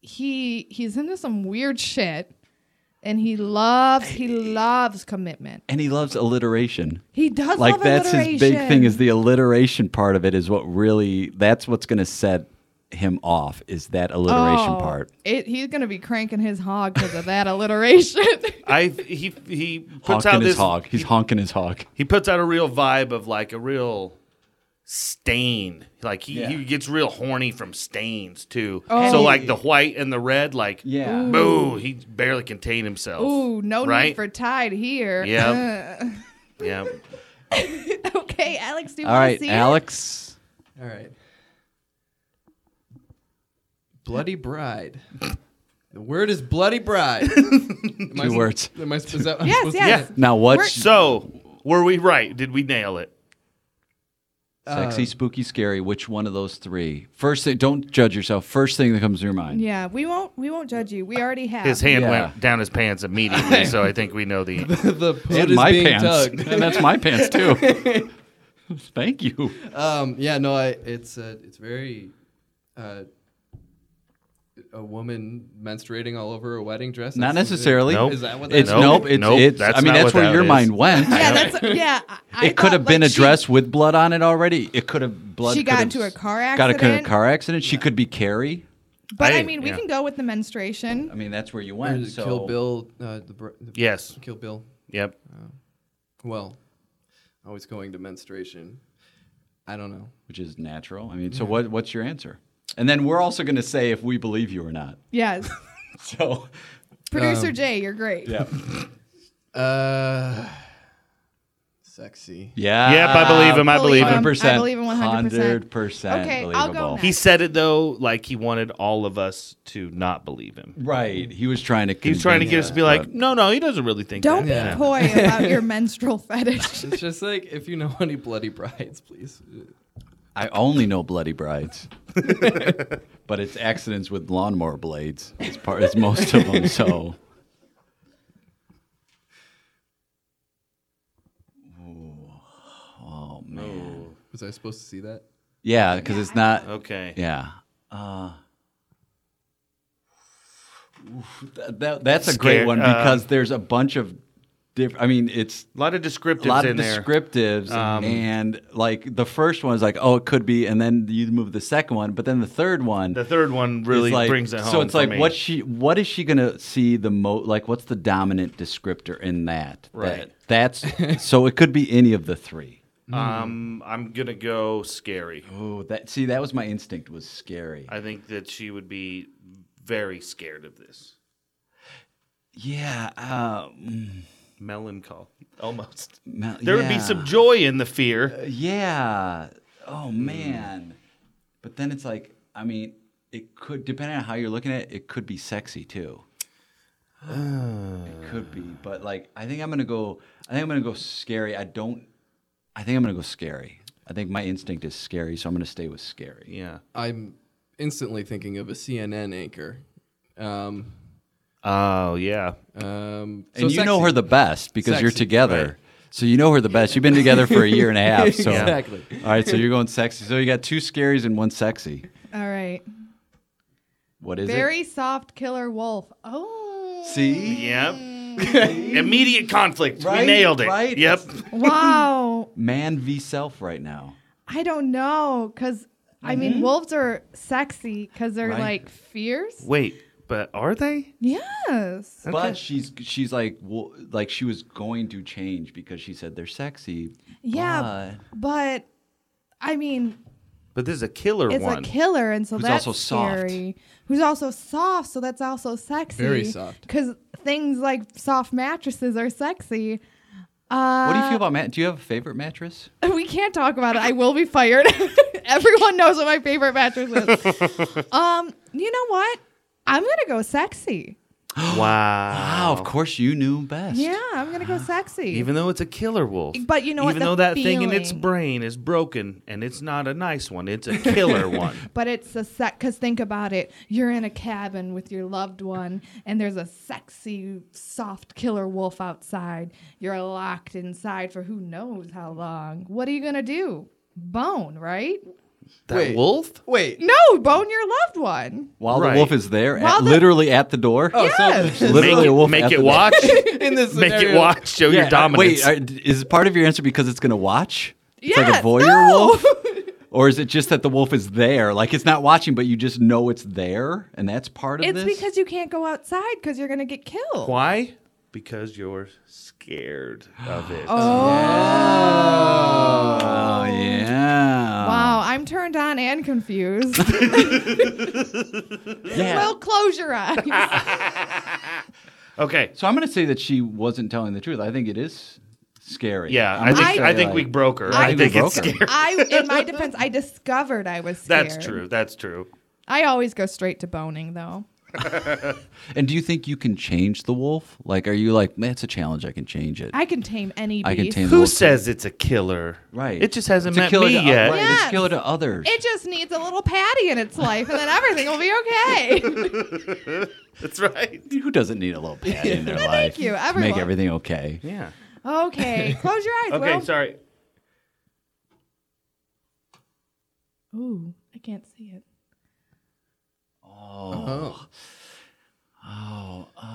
A: he he's into some weird shit, and he loves he loves commitment.
D: and he loves alliteration.
A: He does
D: Like
A: love
D: that's his big
A: alliteration.
D: thing is the alliteration part of it is what really that's what's going to set him off is that alliteration
A: Oh,
D: part.
A: It, he's gonna be cranking his hog because of that alliteration.
E: I he he puts
D: Honking
E: out
D: his
E: this
D: hog. He's honking his hog.
E: he puts out a real vibe of like a real stain. Like he,
D: Yeah.
E: he gets real horny from stains too.
A: Oh.
E: So like the white and the red, like
D: Yeah. Ooh.
E: boo, he barely contained himself.
A: Ooh, no
E: Right?
A: need for tide here.
E: Yep. Yeah.
A: okay, Alex, do you
D: All
A: want
D: right,
A: to see
D: Alex.
C: All right. Bloody bride. The word is bloody bride. Am I
D: Two
C: sup-
D: words.
C: Am I, sup- is that- I'm
A: it? Yes,
C: supposed to-
A: yes.
D: Now what?
A: We're-
E: So were we right? Did we nail it? Uh.
D: Sexy, spooky, scary. Which one of those three? First thing. Don't judge yourself. First thing that comes to your mind.
A: Yeah, we won't we won't judge you. We already have.
E: His hand
D: Yeah.
E: went down his pants immediately, so I think we know the.
C: the hood
D: And
C: is
D: my
C: being
D: pants.
C: tugged.
D: and that's my pants too. Thank you.
C: Um, yeah, no, I, it's uh, it's very uh, a woman menstruating all over a wedding dress.
D: Not
C: That's-
D: necessarily.
E: Nope.
C: Is that what that
D: It's
C: is?
E: Nope.
D: nope. It's
E: Nope,
D: it's.
E: that's
D: I mean,
E: not
D: that's
E: what
D: where
E: that
D: your
E: is.
D: mind went.
A: yeah, that's yeah. I- I
D: it could
A: thought,
D: have been
A: like,
D: a
A: she-
D: dress with blood on it already. It could have blood.
A: She
D: could
A: got
D: have
A: into a car
D: s- Got a
A: accident.
D: ca- car accident. She could be Carrie.
A: but I,
E: I-
A: mean, we
E: yeah.
A: can go with the menstruation.
D: I mean, that's where you
C: Or
D: went.
C: is it
D: So
C: Kill Bill. Uh, the, br- the
E: Yes.
C: Kill Bill.
E: Yep.
C: Well, always going to menstruation. I don't know.
D: which is natural. I mean, so what? What's your answer? And then we're also going to say if we believe you or not.
A: Yes,
D: So
A: producer Jay, you're great.
D: Um, yeah,
C: Uh, sexy.
D: yeah.
E: Yep, I believe him. I believe him.
A: Um, I believe him 100%.
D: percent.
A: Okay, I'll go next.
E: He said it though, like he wanted all of us to not believe him.
D: Right. He was trying to.
E: He was trying to get
D: convince
E: us to be like,
D: but-
E: no, no, he doesn't really think.
A: Don't
E: that.
A: be coy about your menstrual fetish.
C: It's just like if you know any bloody brides, please. uh,
D: I only know bloody brides. but it's accidents with lawnmower blades. It's part. It's most of them. So.
C: Was I supposed to see that?
D: Yeah, because it's not.
E: Okay.
D: Yeah. Uh, oof, that, that- that's a
E: Scared,
D: great one
E: uh,
D: because there's a bunch of different. I mean, it's
E: A lot of descriptives
D: a lot
E: in
D: of
E: there. Um,
D: descriptives, and like the first one is like, oh, it could be, and then you move the second one, but then the third one,
E: the third one
D: is
E: really
D: like-
E: brings it home.
D: So it's
E: for
D: like,
E: me.
D: what she, what is she gonna see the mo? Like, what's the dominant descriptor in that?
E: Right.
D: That- that's so it could be any of the three.
E: Um,
D: Hmm.
E: I'm gonna go scary.
D: Oh, that see, that was my instinct was scary.
E: I think that she would be very scared of this.
D: yeah, uh, mm,
E: Melancholy, almost.
D: Mel-
E: There would be
D: yeah.
E: some joy in the fear.
D: Yeah. Oh man. But then it's like, I mean, it could depending on how you're looking at it, it could be sexy too. it could be, but like I think I'm gonna go. I think I'm gonna go scary. I don't. I think I'm gonna go scary. I think my instinct is scary, so I'm gonna stay with scary.
E: Yeah.
C: I'm instantly thinking of a CNN anchor. Um,
E: Oh yeah.
C: um, so
D: and you know
C: sexy.
D: her the best because you're
C: Sexy,
D: together.
C: right.
D: So you know her the best. You've been together for a year and a half. So
C: Exactly.
D: All right, so you're going sexy. So you got two scaries and one sexy.
A: All right.
D: What is it?
A: Very soft killer wolf. Oh.
D: See?
E: Yep. Immediate conflict.
D: Right,
E: we nailed it.
D: right.
E: Yep.
A: Wow.
D: man v self right now.
A: I don't know. Because, I mean, wolves are sexy because they're
D: Mm-hmm. Right.
A: like fierce.
E: Wait, but are they?
A: Yes.
D: But she's she's like wo- like she was going to change because she said they're sexy.
A: Yeah. But, I mean,
E: But this is a killer
A: it's
E: one.
A: a killer, and so
D: Who's
A: that's
D: also soft.
A: scary. Who's also soft, so that's also sexy.
C: Very soft.
A: Because things like soft mattresses are sexy. Uh,
D: what do you feel about Matt? Do you have a favorite mattress?
E: Oh.
A: We can't talk about it. I will be fired. Everyone knows what my favorite mattress is. um, you know what? I'm gonna go sexy.
E: wow.
D: Oh, of course you knew best.
A: Yeah, I'm gonna go sexy.
E: Even though it's a killer wolf.
A: But you know what?
E: Even
A: The
E: though that thing in its
A: feeling.
E: brain is broken and it's not a nice one, it's a killer one.
A: but it's a sex. Cause think about it. You're in a cabin with your loved one, and there's a sexy, soft killer wolf outside. You're locked inside for who knows how long. What are you gonna do? Bone, right?
E: That
C: Wait.
E: wolf?
C: Wait.
A: No, bone your loved one.
D: While
E: Right.
D: the wolf is there,
A: While
D: at,
A: the-
D: literally at the door.
C: Oh,
A: Yes.
C: so
D: Literally
E: make
D: a
E: it,
D: wolf
E: make
D: at
E: it
D: the-
E: watch.
C: in this
E: make it
C: scenario-
E: watch. Show
D: Yeah,
E: your dominance.
D: Wait, are, is part of your answer because it's gonna watch? It's like
A: Yes,
D: a voyeur
A: no.
D: wolf. Or is it just that the wolf is there? Like it's not watching, but you just know it's there, and that's part of
A: It's
D: this.
A: because you can't go outside because you're gonna get killed.
E: Why? Because you're scared of it.
A: Oh.
D: oh yeah,
A: Wow, I'm turned on and confused.
D: yeah.
A: well, close your eyes.
E: Okay.
D: So I'm going to say that she wasn't telling the truth. I think it is scary.
E: Yeah,
D: I'm
E: I think
D: gonna
E: I,
D: say,
E: think
D: like,
E: we broke her.
D: I
E: I,
D: think
E: think
D: we
E: it's
D: broke her.
E: scary.
A: I, in my defense, I discovered I was scared.
E: That's true. That's true.
A: I always go straight to boning, though.
D: And do you think you can change the wolf? Like, are you like, man, it's a challenge. I can change it.
A: I can tame any beast.
D: I can tame the
E: Who
D: wolf.
E: says it's a killer?
D: Right.
E: It just hasn't
D: It's a
E: met
D: killer
E: me
D: to,
E: yet.
D: Right, It's
A: Yes.
D: a killer to others.
A: It just needs a little patty in its life, and then everything will be okay.
E: That's right.
D: Who doesn't need a little pat in their life?
A: you,
D: to Make
A: everyone.
D: everything okay.
E: Yeah.
A: okay, close your eyes.
E: Okay.
A: Will.
E: Sorry.
A: Ooh, I can't see it.
C: Oh.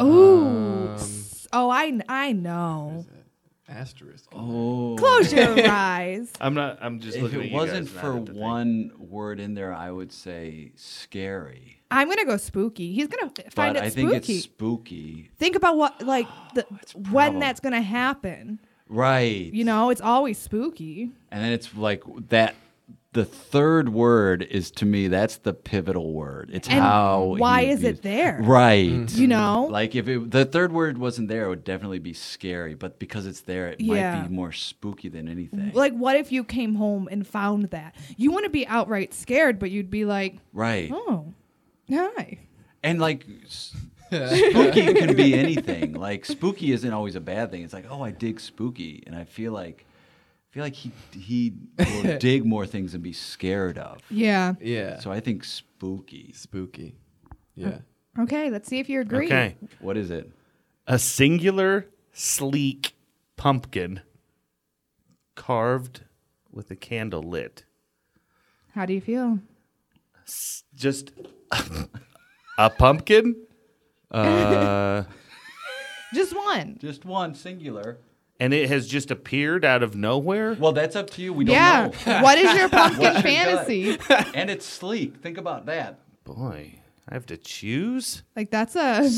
A: Ooh. S- oh, I, kn- I know.
C: Asterisk.
D: Oh.
A: Close your eyes.
E: I'm not. I'm just
D: If
E: looking at
D: it
E: you
D: wasn't
E: guys, not
D: for
E: at the thing.
D: one word in there, I would say scary.
A: I'm gonna go spooky. He's gonna f- find
D: but
A: it
D: I think
A: spooky.
D: it's spooky.
A: think about what like the, when that's gonna happen
D: Right.
A: you know it's always spooky
D: And then it's like that. The third word is to me that's the pivotal word. It's
A: And
D: how.
A: why
D: he
A: is it
D: abused-
A: there?
D: Right.
A: you know
D: Like if it, the third word wasn't there, it would definitely be scary. But because it's there, it
A: Yeah.
D: might be more spooky than anything.
A: like what if you came home and found that you wouldn't be outright scared but you'd be like
D: right.
A: oh hi
D: And like s- spooky can be anything. Like spooky isn't always a bad thing. It's like oh, I dig spooky, and I feel like. I feel like he he will dig more things and be scared of.
A: yeah
C: Yeah.
D: So I think spooky.
C: Spooky. Yeah.
A: okay let's see if you agree
E: Okay.
D: What is it?
E: A singular, sleek pumpkin carved with a candle lit.
A: how do you feel
E: Just a pumpkin.
A: Just one.
D: Just one singular.
E: and it has just appeared out of nowhere.
D: Well, that's up to you. We don't
A: Yeah.
D: know.
A: what is your pumpkin
D: What's your gut?
A: fantasy?
D: and it's sleek. Think about that.
E: Boy, I have to choose.
A: Like that's a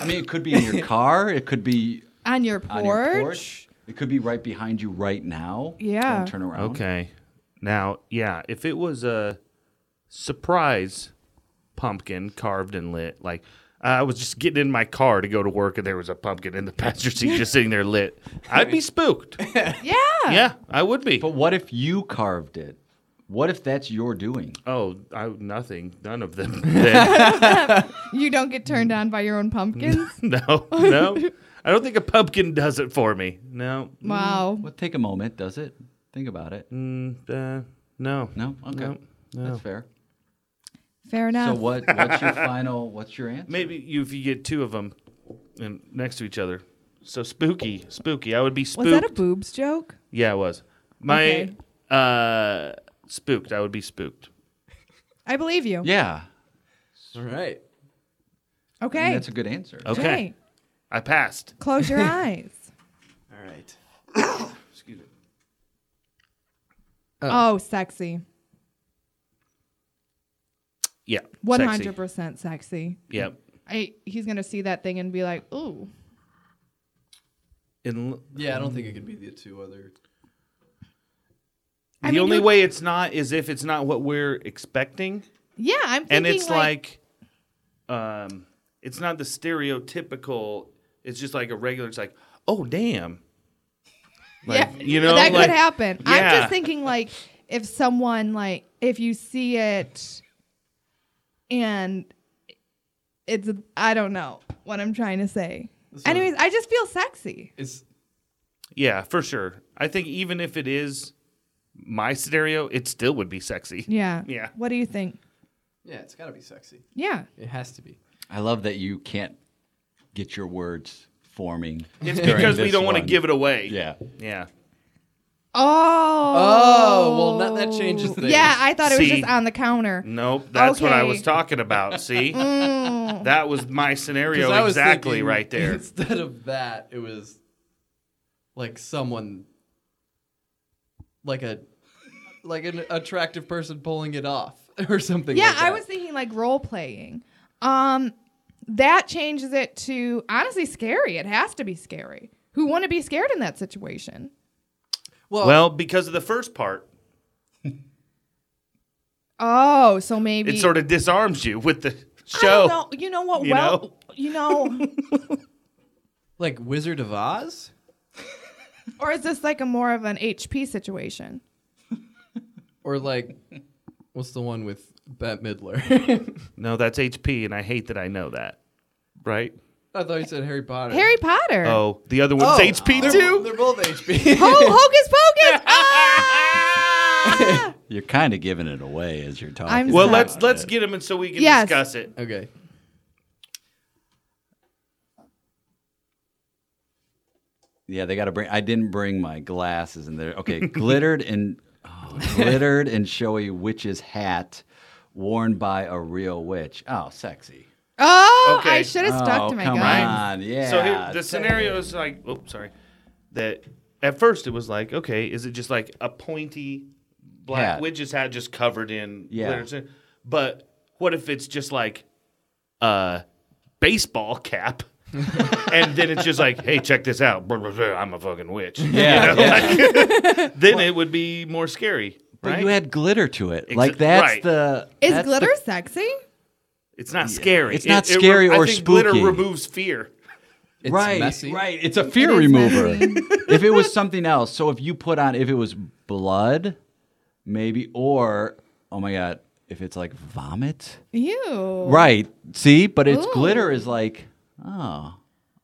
D: I mean, it could be in your car. It could be
A: on your
D: on
A: porch.
D: your porch. It could be right behind you right now.
A: Yeah.
D: Don't turn around.
E: Okay. Now, yeah, if it was a surprise pumpkin carved and lit, like I was just getting in my car to go to work and there was a pumpkin in the passenger seat just sitting there lit, I'd be spooked.
A: Yeah.
E: yeah, I would be.
D: But what if you carved it? What if that's your doing?
E: Oh, I, nothing. None of them. then.
A: You don't get turned on by your own pumpkins.
D: Mm-hmm.
E: no, no. I don't think a pumpkin does it for me. No.
A: wow.
D: Well, take a moment. Does it? Think about it.
E: Mm, uh, no.
D: No. Okay.
E: No,
D: That's fair.
A: Fair enough.
D: So what? What's your final? What's your answer?
E: Maybe you, if you get two of them and next to each other. So spooky, spooky. I would be spooked.
A: was that a boobs joke?
E: yeah, it was. My
A: Okay.
E: uh spooked. I would be spooked.
A: I believe you.
D: Yeah.
C: All right.
D: I mean,
A: Okay.
D: That's a good answer.
E: Okay.
A: Hey,
E: I passed.
A: close your eyes.
C: All right.
E: Excuse me.
A: Oh, sexy.
E: Yeah.
A: One
E: sexy.
A: hundred percent sexy.
E: Yeah.
A: I he's gonna see that thing and be like, ooh.
E: In,
C: Yeah, I don't think it could be the two other.
A: I
E: the
A: mean,
E: only
A: you-
E: way it's not is if it's not what we're expecting.
A: Yeah, I'm thinking
E: and it's like, um it's not the stereotypical it's just like a regular it's like oh damn like,
A: yeah,
E: you know,
A: that
E: like-
A: could happen. I'm
E: Yeah.
A: just thinking like if someone like if you see it and it's I don't know what I'm trying to say. Anyways, I just feel sexy.
C: It's
E: yeah for sure i think even if it is my scenario it still would be sexy
A: Yeah.
E: Yeah.
A: What do you think?
C: yeah, it's got to be sexy.
A: Yeah.
C: It has to be.
D: I love that you can't get your words forming.
E: it's
D: during
E: because we
D: this
E: don't want to
D: one.
E: give it away
D: Yeah.
E: yeah
A: Oh.
E: Oh,
C: well, that- that changes things.
A: Yeah, I thought it was
E: See?
A: just on the counter.
E: nope that's what i
A: Okay. Mm.
E: was talking about see that was my scenario
C: 'Cause I was
E: exactly
C: thinking
E: right there
C: Instead of that, it was like someone, like a, like an attractive person pulling it off or something.
A: Yeah,
C: like
A: I
C: that.
A: was thinking like role playing. Um, that changes it to honestly scary. It has to be scary. Who want to be scared in that situation?
C: Well,
E: well because of the first part
A: Oh, so maybe
E: it sort of disarms you with the
A: I don't
E: show
A: know. You know what?
E: You
A: well,
E: know?
A: you know,
C: like Wizard of Oz.
A: or is this like a more of an HP situation?
C: Or like, what's the one with Bette Midler?
E: no that's hp and i hate that i know that right
C: I thought you said Harry Potter.
A: Harry Potter.
E: Oh, the other one's HP
C: they're,
E: too.
C: They're both HP.
A: Ho- hocus pocus. Ah!
D: You're kind of giving it away as you're talking.
A: I'm
E: Well,
A: Sorry.
E: let's let's get them and so we can
A: Yes.
E: discuss it.
C: okay.
D: Yeah, they got to bring. I didn't bring my glasses in there. Okay, glittered and oh, glittered and showy witch's hat worn by a real witch. Oh, sexy.
A: Oh,
E: Okay.
A: I should have stuck
D: oh,
A: to my
D: come
A: guns.
D: on, yeah.
E: so here, the
D: sexy.
E: scenario is like, oh, sorry. That at first it was like, okay, is it just like a pointy black
D: Hat.
E: witch's hat just covered in
D: Yeah.
E: glitter? But what if it's just like a baseball cap? and then it's just like, hey, check this out. Blah, blah, blah, I'm a fucking witch.
D: Yeah,
E: You know, like- then it would be more scary,
D: But
E: right?
D: you had glitter to it.
E: Exa-
D: like that's
E: right.
D: the
A: Is
D: that's the-
A: glitter sexy?
E: it's not scary.
D: It's not
E: re-
D: scary
E: I
D: or
E: think Glitter
D: spooky.
E: removes fear.
C: It's
D: right,
C: messy.
D: right. It's a fear
A: is
D: remover.
A: messy.
D: if it was something else, so if you put on, if it was blood, maybe, or oh my god, if it's like vomit,
A: Ew.
D: right? See, but its
A: Ooh.
D: glitter is like, oh,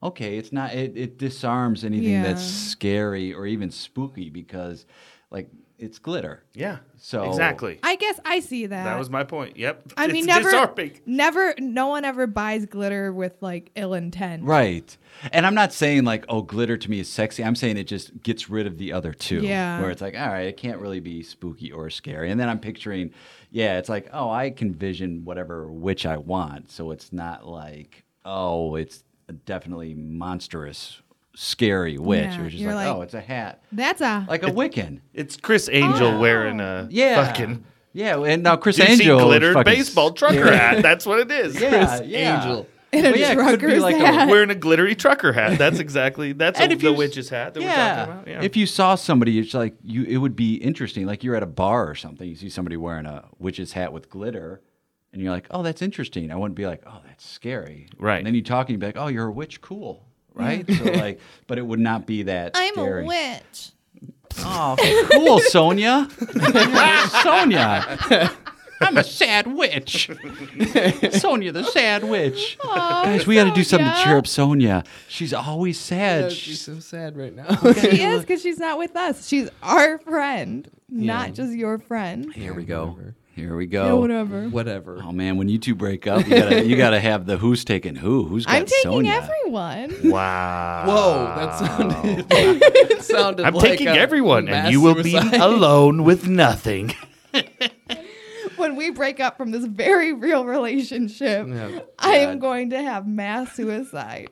D: okay. It's not. It, it disarms anything that's
A: Yeah.
D: scary or even spooky because, like, it's glitter.
E: Yeah.
D: So-
E: exactly.
A: I guess I see that.
E: That was my point. Yep.
A: I mean,
E: It's
A: never,
E: disarming.
A: never, no one ever buys glitter with like ill intent.
D: Right. And I'm not saying like, oh, glitter to me is sexy. I'm saying it just gets rid of the other two.
A: Yeah.
D: Where it's like, all right, it can't really be spooky or scary. And then I'm picturing, yeah, it's like, oh, I can vision whatever witch I want. So it's not like, oh, it's definitely monstrous, scary witch.
A: Yeah,
D: It was just
A: you're
D: like,
A: like-
D: oh, it's a hat,
A: That's a
D: like a Wiccan.
E: It's Chris Angel
A: Oh.
E: wearing a
D: Yeah,
E: fucking
D: yeah, and now Chris
E: ditzy
D: Angel
E: glittered
D: fucking-
E: baseball trucker hat. That's what it is.
D: Yeah,
C: Chris
D: yeah.
C: Angel.
A: in a
D: Well, yeah, it could be
A: trucker's
D: like a-
A: hat.
E: Wearing a glittery trucker hat. That's exactly that's a, the witch's hat that we're talking about. Yeah.
D: If you saw somebody, it's like you. It would be interesting. Like you're at a bar or something, you see somebody wearing a witch's hat with glitter, and you're like, "Oh, that's interesting." I wouldn't be like, "Oh, that's scary."
E: Right.
D: And then you talk and you'd be like, "Oh, you're a witch. Cool." Right. so like, but it would not be that. scary.
A: witch.
D: Oh, cool, Sonia. Sonia. I'm a sad witch. Sonia, the sad witch. Guys, we got to do something to
A: Oh, Sonia.
D: cheer up Sonia. She's always sad.
C: Yeah,
D: She's-
C: she's so sad right now.
A: She is because she's not with us. She's our friend, not just your friend.
D: Here we
C: Yeah,
D: go.
C: whatever.
D: Here we go.
A: Yeah, whatever.
C: Whatever.
D: Oh man, when you two break up, you gotta you gotta have the who's taking who. Who's got
A: I'm taking
D: Sonia?
A: everyone.
E: wow.
C: Whoa, that sounded. it sounded
E: I'm
C: like
E: taking
C: a
E: everyone, and
C: mass
E: you will be
C: suicide.
E: alone with nothing.
A: when we break up from this very real relationship,
C: Yeah.
A: I am going to have mass suicide.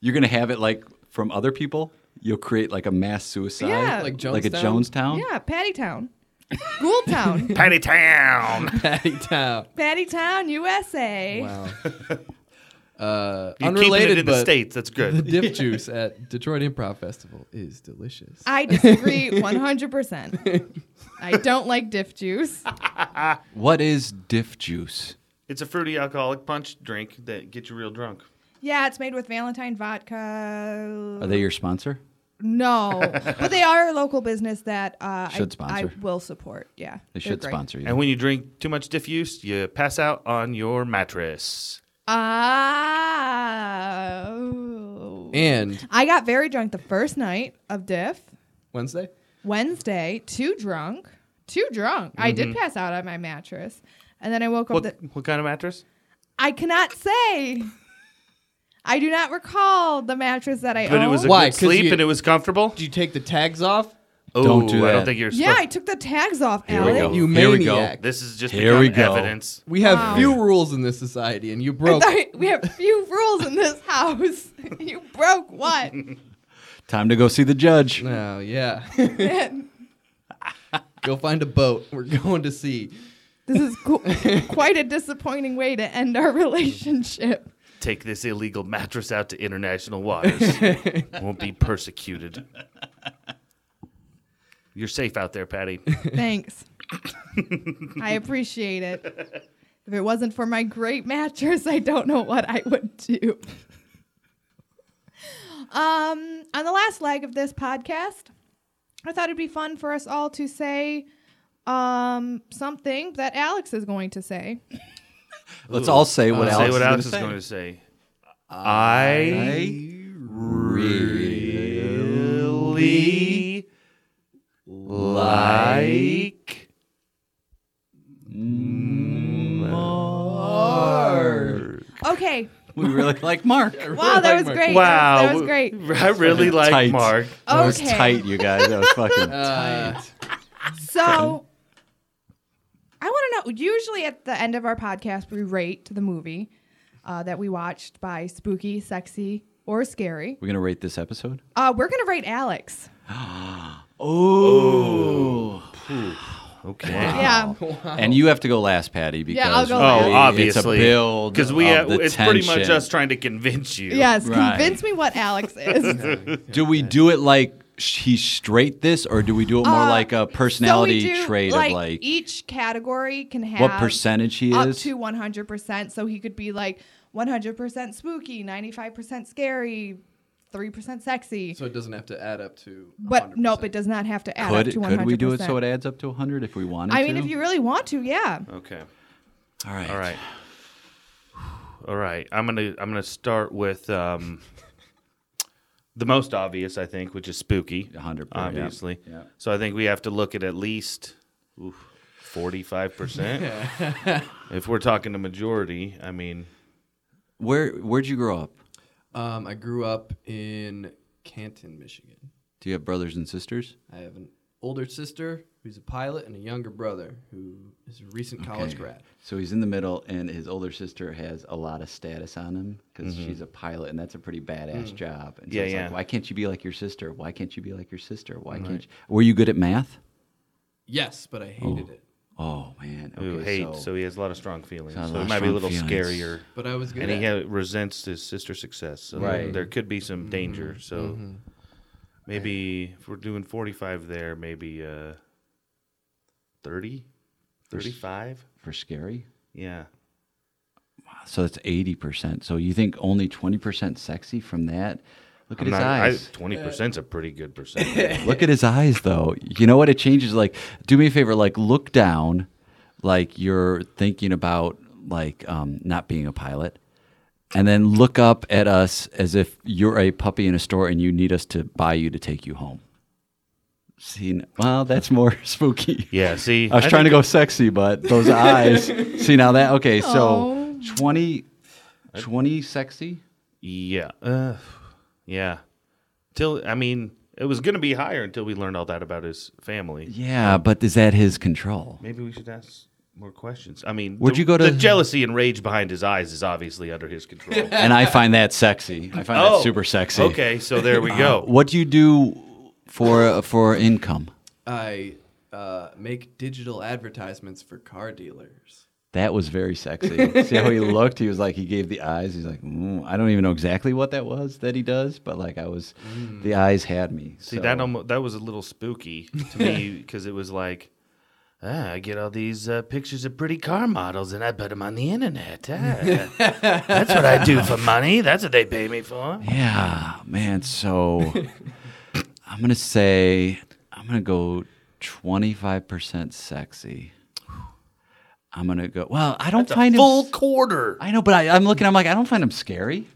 D: You're gonna have it like from other people. You'll create like a mass suicide,
A: Yeah.
C: Like
D: like a
C: Jonestown?
D: Jonestown.
A: Yeah, Patty Town, Ghoul Town,
E: Patty Town.
C: Patty Town.
A: Patty Town, USA.
C: Wow. Uh,
E: You're
C: unrelated,
E: keeping it in
C: but
E: the states. That's
C: the
E: good.
C: dip juice at Detroit Improv Festival is delicious.
A: I disagree 100%. I don't like diff juice.
D: What is diff juice?
E: It's a fruity alcoholic punch drink that gets you real drunk.
A: Yeah, it's made with Valentine vodka.
D: Are they your sponsor?
A: No, but they are a local business that uh,
D: Should
A: I, I
D: sponsor.
A: will support. Yeah,
D: They
A: they're
D: should
A: great.
D: sponsor you.
E: And when you drink too much diffuse, you pass out on your mattress.
A: Ah.
C: And
A: I got very drunk the first night of diff.
C: Wednesday,
A: Wednesday, too drunk, too drunk. I
D: Mm-hmm.
A: did pass out on my mattress, and then I woke up.
E: What,
A: The,
E: what kind of mattress?
A: I cannot say. I do not recall the mattress that I
E: But
A: owned.
E: it was a
C: Why?
E: good
C: 'Cause
E: sleep
C: you-
E: and it was comfortable.
C: did you take the tags off?
D: Don't
E: Oh,
D: do
E: I don't
D: that.
E: think you're.
A: yeah, I
E: Supposed-
A: took the tags off.
D: Here we
A: Alec.
D: go.
C: You
D: Here we go.
C: maniac.
E: this is just
D: Here we
E: become
D: go.
E: evidence.
C: We have few rules in this society, and you broke.
A: I thought we have few rules in this house. you broke one.
D: Time to go see the judge.
C: Oh yeah. Go find a boat. We're going to sea.
A: This is qu- quite a disappointing way to end our relationship.
E: Take this illegal mattress out to international waters. Won't be persecuted. You're safe out there, Patty.
A: Thanks. I appreciate it. If it wasn't for my great mattress, I don't know what I would do. Um, on the last leg of this podcast, I thought it'd be fun for us all to say um, something that Alex is going to say.
D: Let's all say what
E: Say
D: Alex
E: what
D: is
E: Alex is
D: gonna
E: going to say. I
D: say. Really
E: really like
A: Okay.
D: We really like Mark.
A: Wow, that was great.
E: wow
A: That was great.
E: i really like
D: Tight.
E: mark
D: That was
A: Okay.
D: tight, you guys. That was fucking
C: Uh,
A: So I want to know. Usually at the end of our podcast, we rate the movie uh, that we watched by spooky, sexy, or scary.
D: We're gonna rate this episode.
A: Uh, we're gonna rate Alex.
D: Oh.
E: okay
A: Yeah,
D: And you have to go last, Patty, because
A: I'll go
D: we-
A: last.
E: oh obviously
D: it's a build
E: because we
D: of
E: have,
D: the
E: it's pretty much
D: tension.
E: us trying to convince you
A: yes.
D: Right.
A: Convince me what Alex is.
D: Do we do it like sh- he's straight this, or do we do it more
A: Uh,
D: like a personality
A: so we do,
D: trait
A: like,
D: of like
A: each category can have
D: what percentage he
A: up
D: is?
A: to 100%. So he could be like 100% spooky, 95% scary, 3% sexy.
C: so it doesn't have to add up to.
A: but
C: 100%.
A: nope, it does not have to add
D: could
A: up to 100%.
D: could we do it so it adds up to 100 if we wanted
A: I mean,
D: to?
A: if you really want to, yeah.
E: okay
D: all right,
E: all right all right i'm gonna i'm gonna start with um the most obvious i think which is spooky
D: 100, yeah.
E: obviously
D: Yeah.
E: so i think we have to look at at least oof, 45% if we're talking the majority i mean
D: Where where'd you grow up?
C: Um, I grew up in Canton, Michigan.
D: Do you have brothers and sisters?
C: I have an older sister who's a pilot and a younger brother who is a recent college
D: Okay.
C: grad.
D: So he's in the middle, and his older sister has a lot of status on him because she's a pilot, and that's a pretty badass job. And so
E: Mm-hmm. Mm. Yeah,
D: it's
E: yeah.
D: Like, Why can't you be like your sister? Why can't you be like your sister? Why can't you? Were you good at math?
C: Yes, but I hated it.
D: Oh man, okay,
E: Who hates,
D: so,
E: so he has a lot of strong feelings.
D: Got a
E: So
D: lot
E: it
D: of
E: might be a little
D: strong feelings.
E: scarier.
C: But I was good
E: and he
C: at
E: ha resents his sister's success. So
D: Right.
E: there could be some danger. So maybe if we're doing 45 there, maybe uh, 30, 35.
D: for scary.
E: Yeah.
D: So that's eighty percent. So you think only twenty percent sexy from that? Look at his
E: I-
D: eyes.
E: 20% is a pretty good percentage.
D: Look at his eyes, though. You know what? It changes. Like, do me a favor. Like, look down, like you're thinking about like um, not being a pilot, and then look up at us as if you're a puppy in a store and you need us to buy you to take you home. See, well, that's more spooky.
E: yeah, see.
D: I was trying to go sexy, but those eyes. see now that okay, so
A: Oh.
D: 20, 20 sexy.
E: Yeah. Uh, yeah. Till, I mean, it was going to be higher until we learned all that about his family.
D: Yeah, but is that his control?
E: Maybe we should ask more questions. I mean,
D: Would
E: the-
D: you go to-
E: the jealousy and rage behind his eyes is obviously under his control.
D: And I find that sexy. I find that super sexy.
E: Oh. Okay, so there we go.
D: What do Uh, you do for uh, for income?
C: I uh, make digital advertisements for car dealers.
D: That was very sexy. See how he looked? He was like he gave the eyes. He's like, mm, I don't even know exactly what that was that he does, but like I was, the eyes had me.
E: See that almost, that was a little spooky to me because it was like, ah, I get all these uh, pictures of pretty car models and I put them on the internet. Ah, that's what I do for money. That's what they pay me for.
D: yeah, man. So I'm gonna say I'm gonna go 25 percent sexy. I'm gonna go. Well, I don't find
E: Full
D: him. s-
E: quarter.
D: I know, but I, I'm looking. I'm like, I don't find him scary.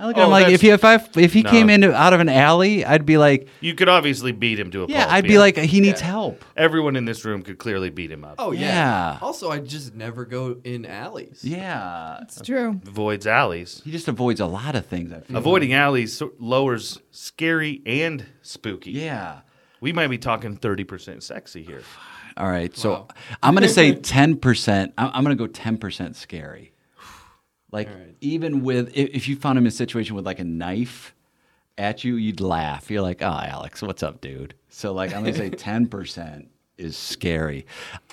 D: I look at
E: Oh,
D: him like
E: that's-
D: if he if I if he
E: No.
D: came into out of an alley, I'd be like,
E: You could obviously beat him to a
D: yeah,
E: pulp,
D: I'd be like, he needs help.
E: everyone in this room could clearly beat him up.
C: Oh yeah.
D: Yeah.
C: Also, I just never go in alleys.
D: Yeah,
A: It's true.
E: Avoids alleys.
D: he just avoids a lot of things. I feel.
E: Avoiding alleys so- lowers scary and spooky.
D: Yeah.
E: We might be talking 30% sexy here.
D: All right, so I'm gonna say 10. percent I'm, I'm gonna go 10 percent scary. Like even with if, if you found him in a situation with like a knife at you, you'd laugh. You're like, oh, Alex, what's up, dude? So like I'm gonna say 10 percent is scary.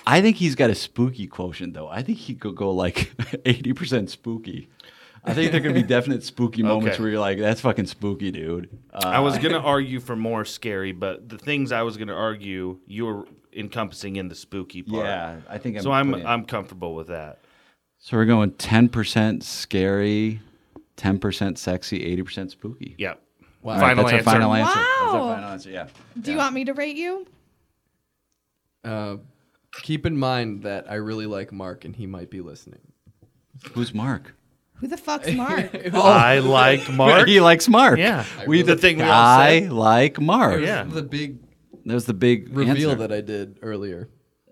D: I think he's got a spooky quotient though. I think he could go like 80 percent spooky. I think there could be definite spooky moments
E: Okay.
D: where you're like, that's fucking spooky, dude. Uh,
E: I was going to argue for more scary, but the things I was going to argue, you're encompassing in the spooky part.
D: yeah, I think. I'm
E: So I'm
D: putting it.
E: I'm comfortable with that.
D: So we're going 10% scary, 10% sexy, 80% spooky.
E: Yeah.
D: All right,
E: Final
D: that's our
E: answer.
D: final answer. That's
A: Wow.
D: our final answer. Yeah.
A: Do you want me to rate you?
C: Uh, keep in mind that I really like Mark, and he might be listening.
D: Who's Mark?
A: Who the fuck's Mark?
E: I like Mark.
D: Oh. He likes Mark.
E: Yeah.
D: We
E: The
D: the
E: thing
D: thing
E: we all
D: I
E: said.
D: like Mark.
E: Yeah.
C: The big
D: That was the big
C: reveal
D: answer.
C: that I did earlier.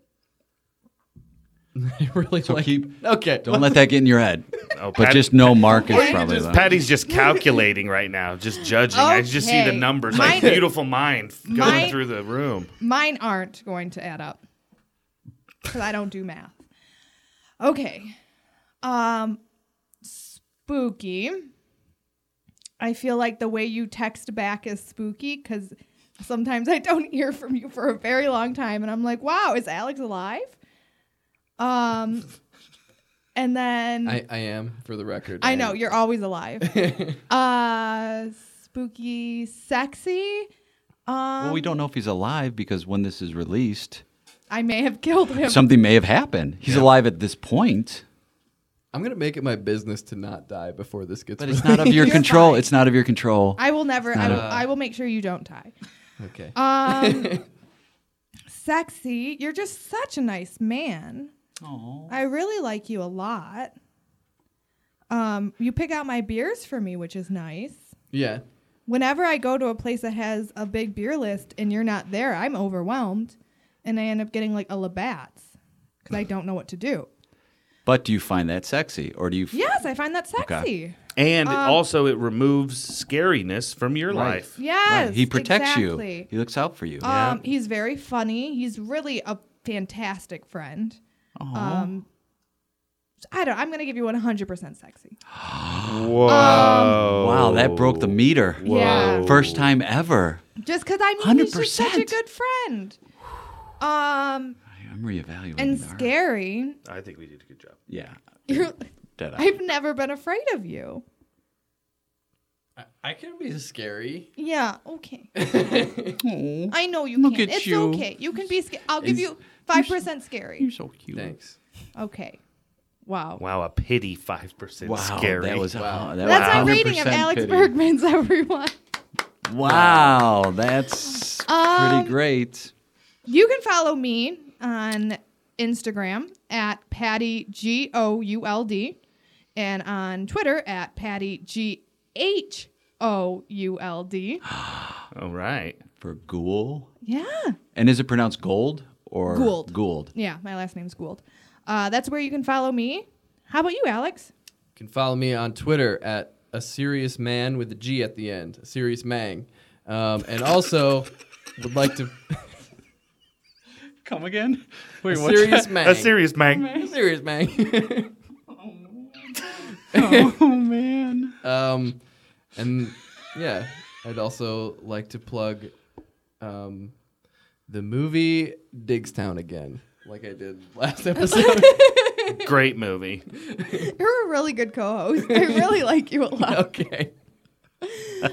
C: I really
D: So
C: like.
D: keep-
C: okay.
D: Don't let that get in your head.
E: Oh,
D: But
E: Pat-
D: just know Mark is
A: Wait,
D: probably
A: just
D: the
E: Patty's just calculating right now, just judging. I just see the
A: Okay.
E: numbers,
A: Mine-
E: like beautiful mind f- going
A: Mine-
E: through the room.
A: Mine aren't going to add up because I don't do math. Okay. Um, spooky. I feel like the way you text back is spooky because sometimes I don't hear from you for a very long time, and I'm like, "Wow, is Alex alive?" Um, and then
C: I, I am, for the record.
A: I
C: am.
A: know you're always alive. uh, spooky, sexy. Um,
D: Well, we don't know if he's alive because when this is released,
A: I may have killed him.
D: something may have happened. He's alive at this point,
C: I'm gonna make it my business to not die before this gets.
D: but it's not of your
A: You're
D: control.
A: fine.
D: It's not of your control.
A: I will never. I
D: not
A: will, I will make sure you don't die.
C: okay.
A: Um, sexy. You're just such a nice man. I really like you a lot. Um, you pick out my beers for me, which is nice.
C: yeah.
A: Whenever I go to a place that has a big beer list and you're not there, I'm overwhelmed, and I end up getting like a Labatt's because I don't know what to do.
D: But do you find that sexy, or do you?
A: Yes, I find that sexy.
E: And also, it removes scariness from your
D: Right.
E: life.
A: Yes.
D: He protects
A: exactly.
D: you. He looks out for you.
A: Um, he's very funny. He's really a fantastic friend. Um, I don't. I'm gonna give you 100 percent sexy.
E: Whoa.
D: wow, that broke the meter.
A: Oh. Yeah.
D: First time ever.
A: Just because I mean, he's just such a
D: 100%.
A: good friend. Um,
D: I'm reevaluating.
A: and
D: our-
A: scary.
E: I think we did a good job.
D: Yeah.
A: You're,
D: Dead eye.
A: I've never been afraid of you.
C: I, I can be scary.
A: Yeah. Okay.
D: Aw,
A: I know you
D: Look
A: can.
D: at
A: It's
D: you.
A: okay. You can be. Sca- I'll give you five percent scary.
D: You're so cute.
C: Thanks.
A: Okay. Wow.
E: Wow, a pity 5%
D: Wow,
E: scary.
D: that was wow. That
A: That's
D: was
A: my rating of
D: 100%
A: Alex
D: pity.
A: Bergman's everyone.
D: Wow, that's
A: Um,
D: pretty great.
A: You can follow me on Instagram at Patty G O U L D and on Twitter at Patty G H O U L D.
E: All right.
D: For ghoul,
A: Yeah.
D: and is it pronounced gold or
A: Gould.
D: Gould.
A: Yeah, my last name's Gould. Uh, that's where you can follow me. How about you, Alex?
C: You can follow me on Twitter at a serious man with a G at the end, a serious mang. Um, and also would like to
D: Come again?
C: a serious mang.
E: A serious man.
C: a serious mang.
D: Oh man.
C: um, and yeah, I'd also like to plug um, the movie Digstown again, like I did last episode.
E: Great movie.
A: You're a really good co host. I really like you a lot.
C: okay.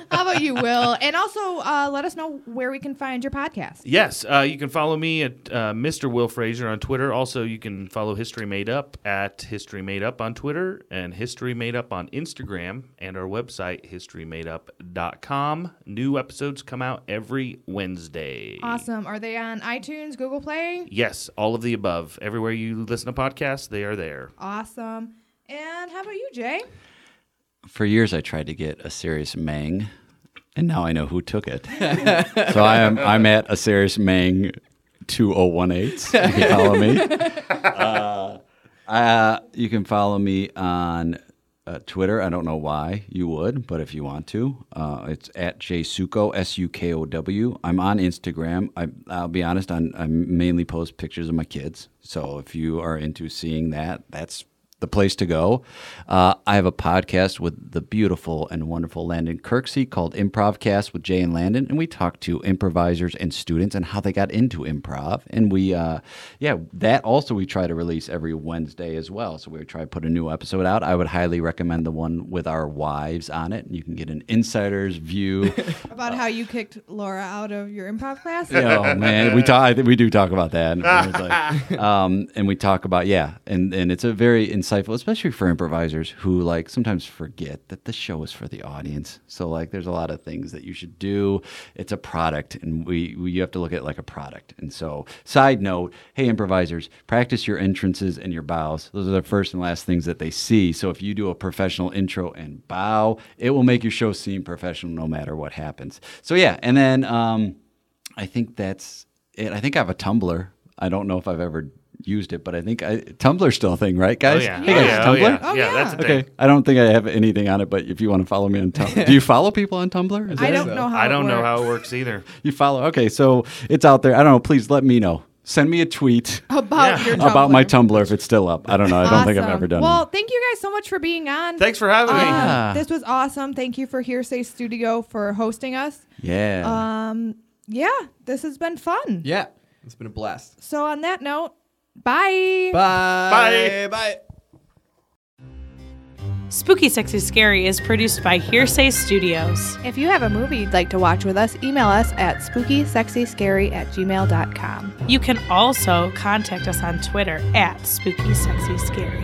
A: How about you, Will? And also, uh, let us know where we can find your podcast.
E: Yes, uh, you can follow me at uh, Mr. Will Fraser on Twitter. Also, you can follow History Made Up at History Made Up on Twitter and History Made Up on Instagram and our website, historymadeup.com. New episodes come out every Wednesday.
A: Awesome. Are they on iTunes, Google Play?
E: Yes, all of the above. Everywhere you listen to podcasts, they are there.
A: Awesome. And how about you, Jay?
D: For years, I tried to get a serious Mang, and now I know who took it. so I am I'm at a serious Mang, two oh one eight. You can follow me. Uh, uh, you can follow me on. Uh, Twitter. I don't know why you would, but if you want to, uh, it's at jsuko s u k o w. I'm on Instagram. I, I'll be honest. I'm, I mainly post pictures of my kids. So if you are into seeing that, that's the place to go. Uh, I have a podcast with the beautiful and wonderful Landon Kirksey called Improvcast with Jay and Landon, and we talk to improvisers and students and how they got into improv. And we, uh, yeah, that also we try to release every Wednesday as well. So we try to put a new episode out. I would highly recommend the one with our wives on it, and you can get an insider's view.
A: About how you kicked Laura out of your improv class?
D: oh man, we talk. I think we do talk about that. And, I was like- um, and we talk about yeah, and and it's a very insightful, especially for improvisers who like sometimes forget that the show is for the audience. So like, there's a lot of things that you should do. It's a product, and we, we you have to look at it like a product. And so, side note, hey improvisers, practice your entrances and your bows. Those are the first and last things that they see. So if you do a professional intro and bow, it will make your show seem professional no matter what happens. So yeah, and then. Um, I think that's it. I think I have a Tumblr. I don't know if I've ever used it, but I think I, Tumblr's still a thing, right,
E: Oh,
D: guys?
E: yeah.
D: Hey, guys,
E: yeah,
D: Tumblr?
E: yeah.
A: Oh,
E: Yeah,
A: yeah.
E: that's a thing.
D: Okay, I don't think I have anything on it, but if you want to follow me on Tumblr, do you follow people on Tumblr? Is
A: I
D: that-
A: don't know how.
E: I
A: it
E: don't know
A: works.
E: how it works either.
D: You follow? Okay, so it's out there. I don't know. Please let me know. Send me a tweet
A: about your
D: about my
A: Tumblr.
D: Tumblr if it's still up. I don't know. I don't think I've
A: Awesome.
D: ever done.
A: Well, thank you guys so much for being on.
E: Thanks for having
A: Uh,
E: me.
D: Yeah.
A: This was awesome. Thank you for Hearsay Studio for hosting us.
D: yeah.
A: Um, yeah, this has been fun.
C: Yeah. It's been a blast.
A: So on that note, bye.
C: Bye. Bye. Bye.
B: Spooky Sexy Scary is produced by Hearsay Studios.
A: If you have a movie you'd like to watch with us, email us at spookysexyscary at gmail.com.
B: You can also contact us on Twitter at Spooky Sexy Scary.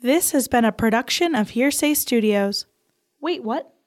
B: This has been a production of Hearsay Studios. Wait, what?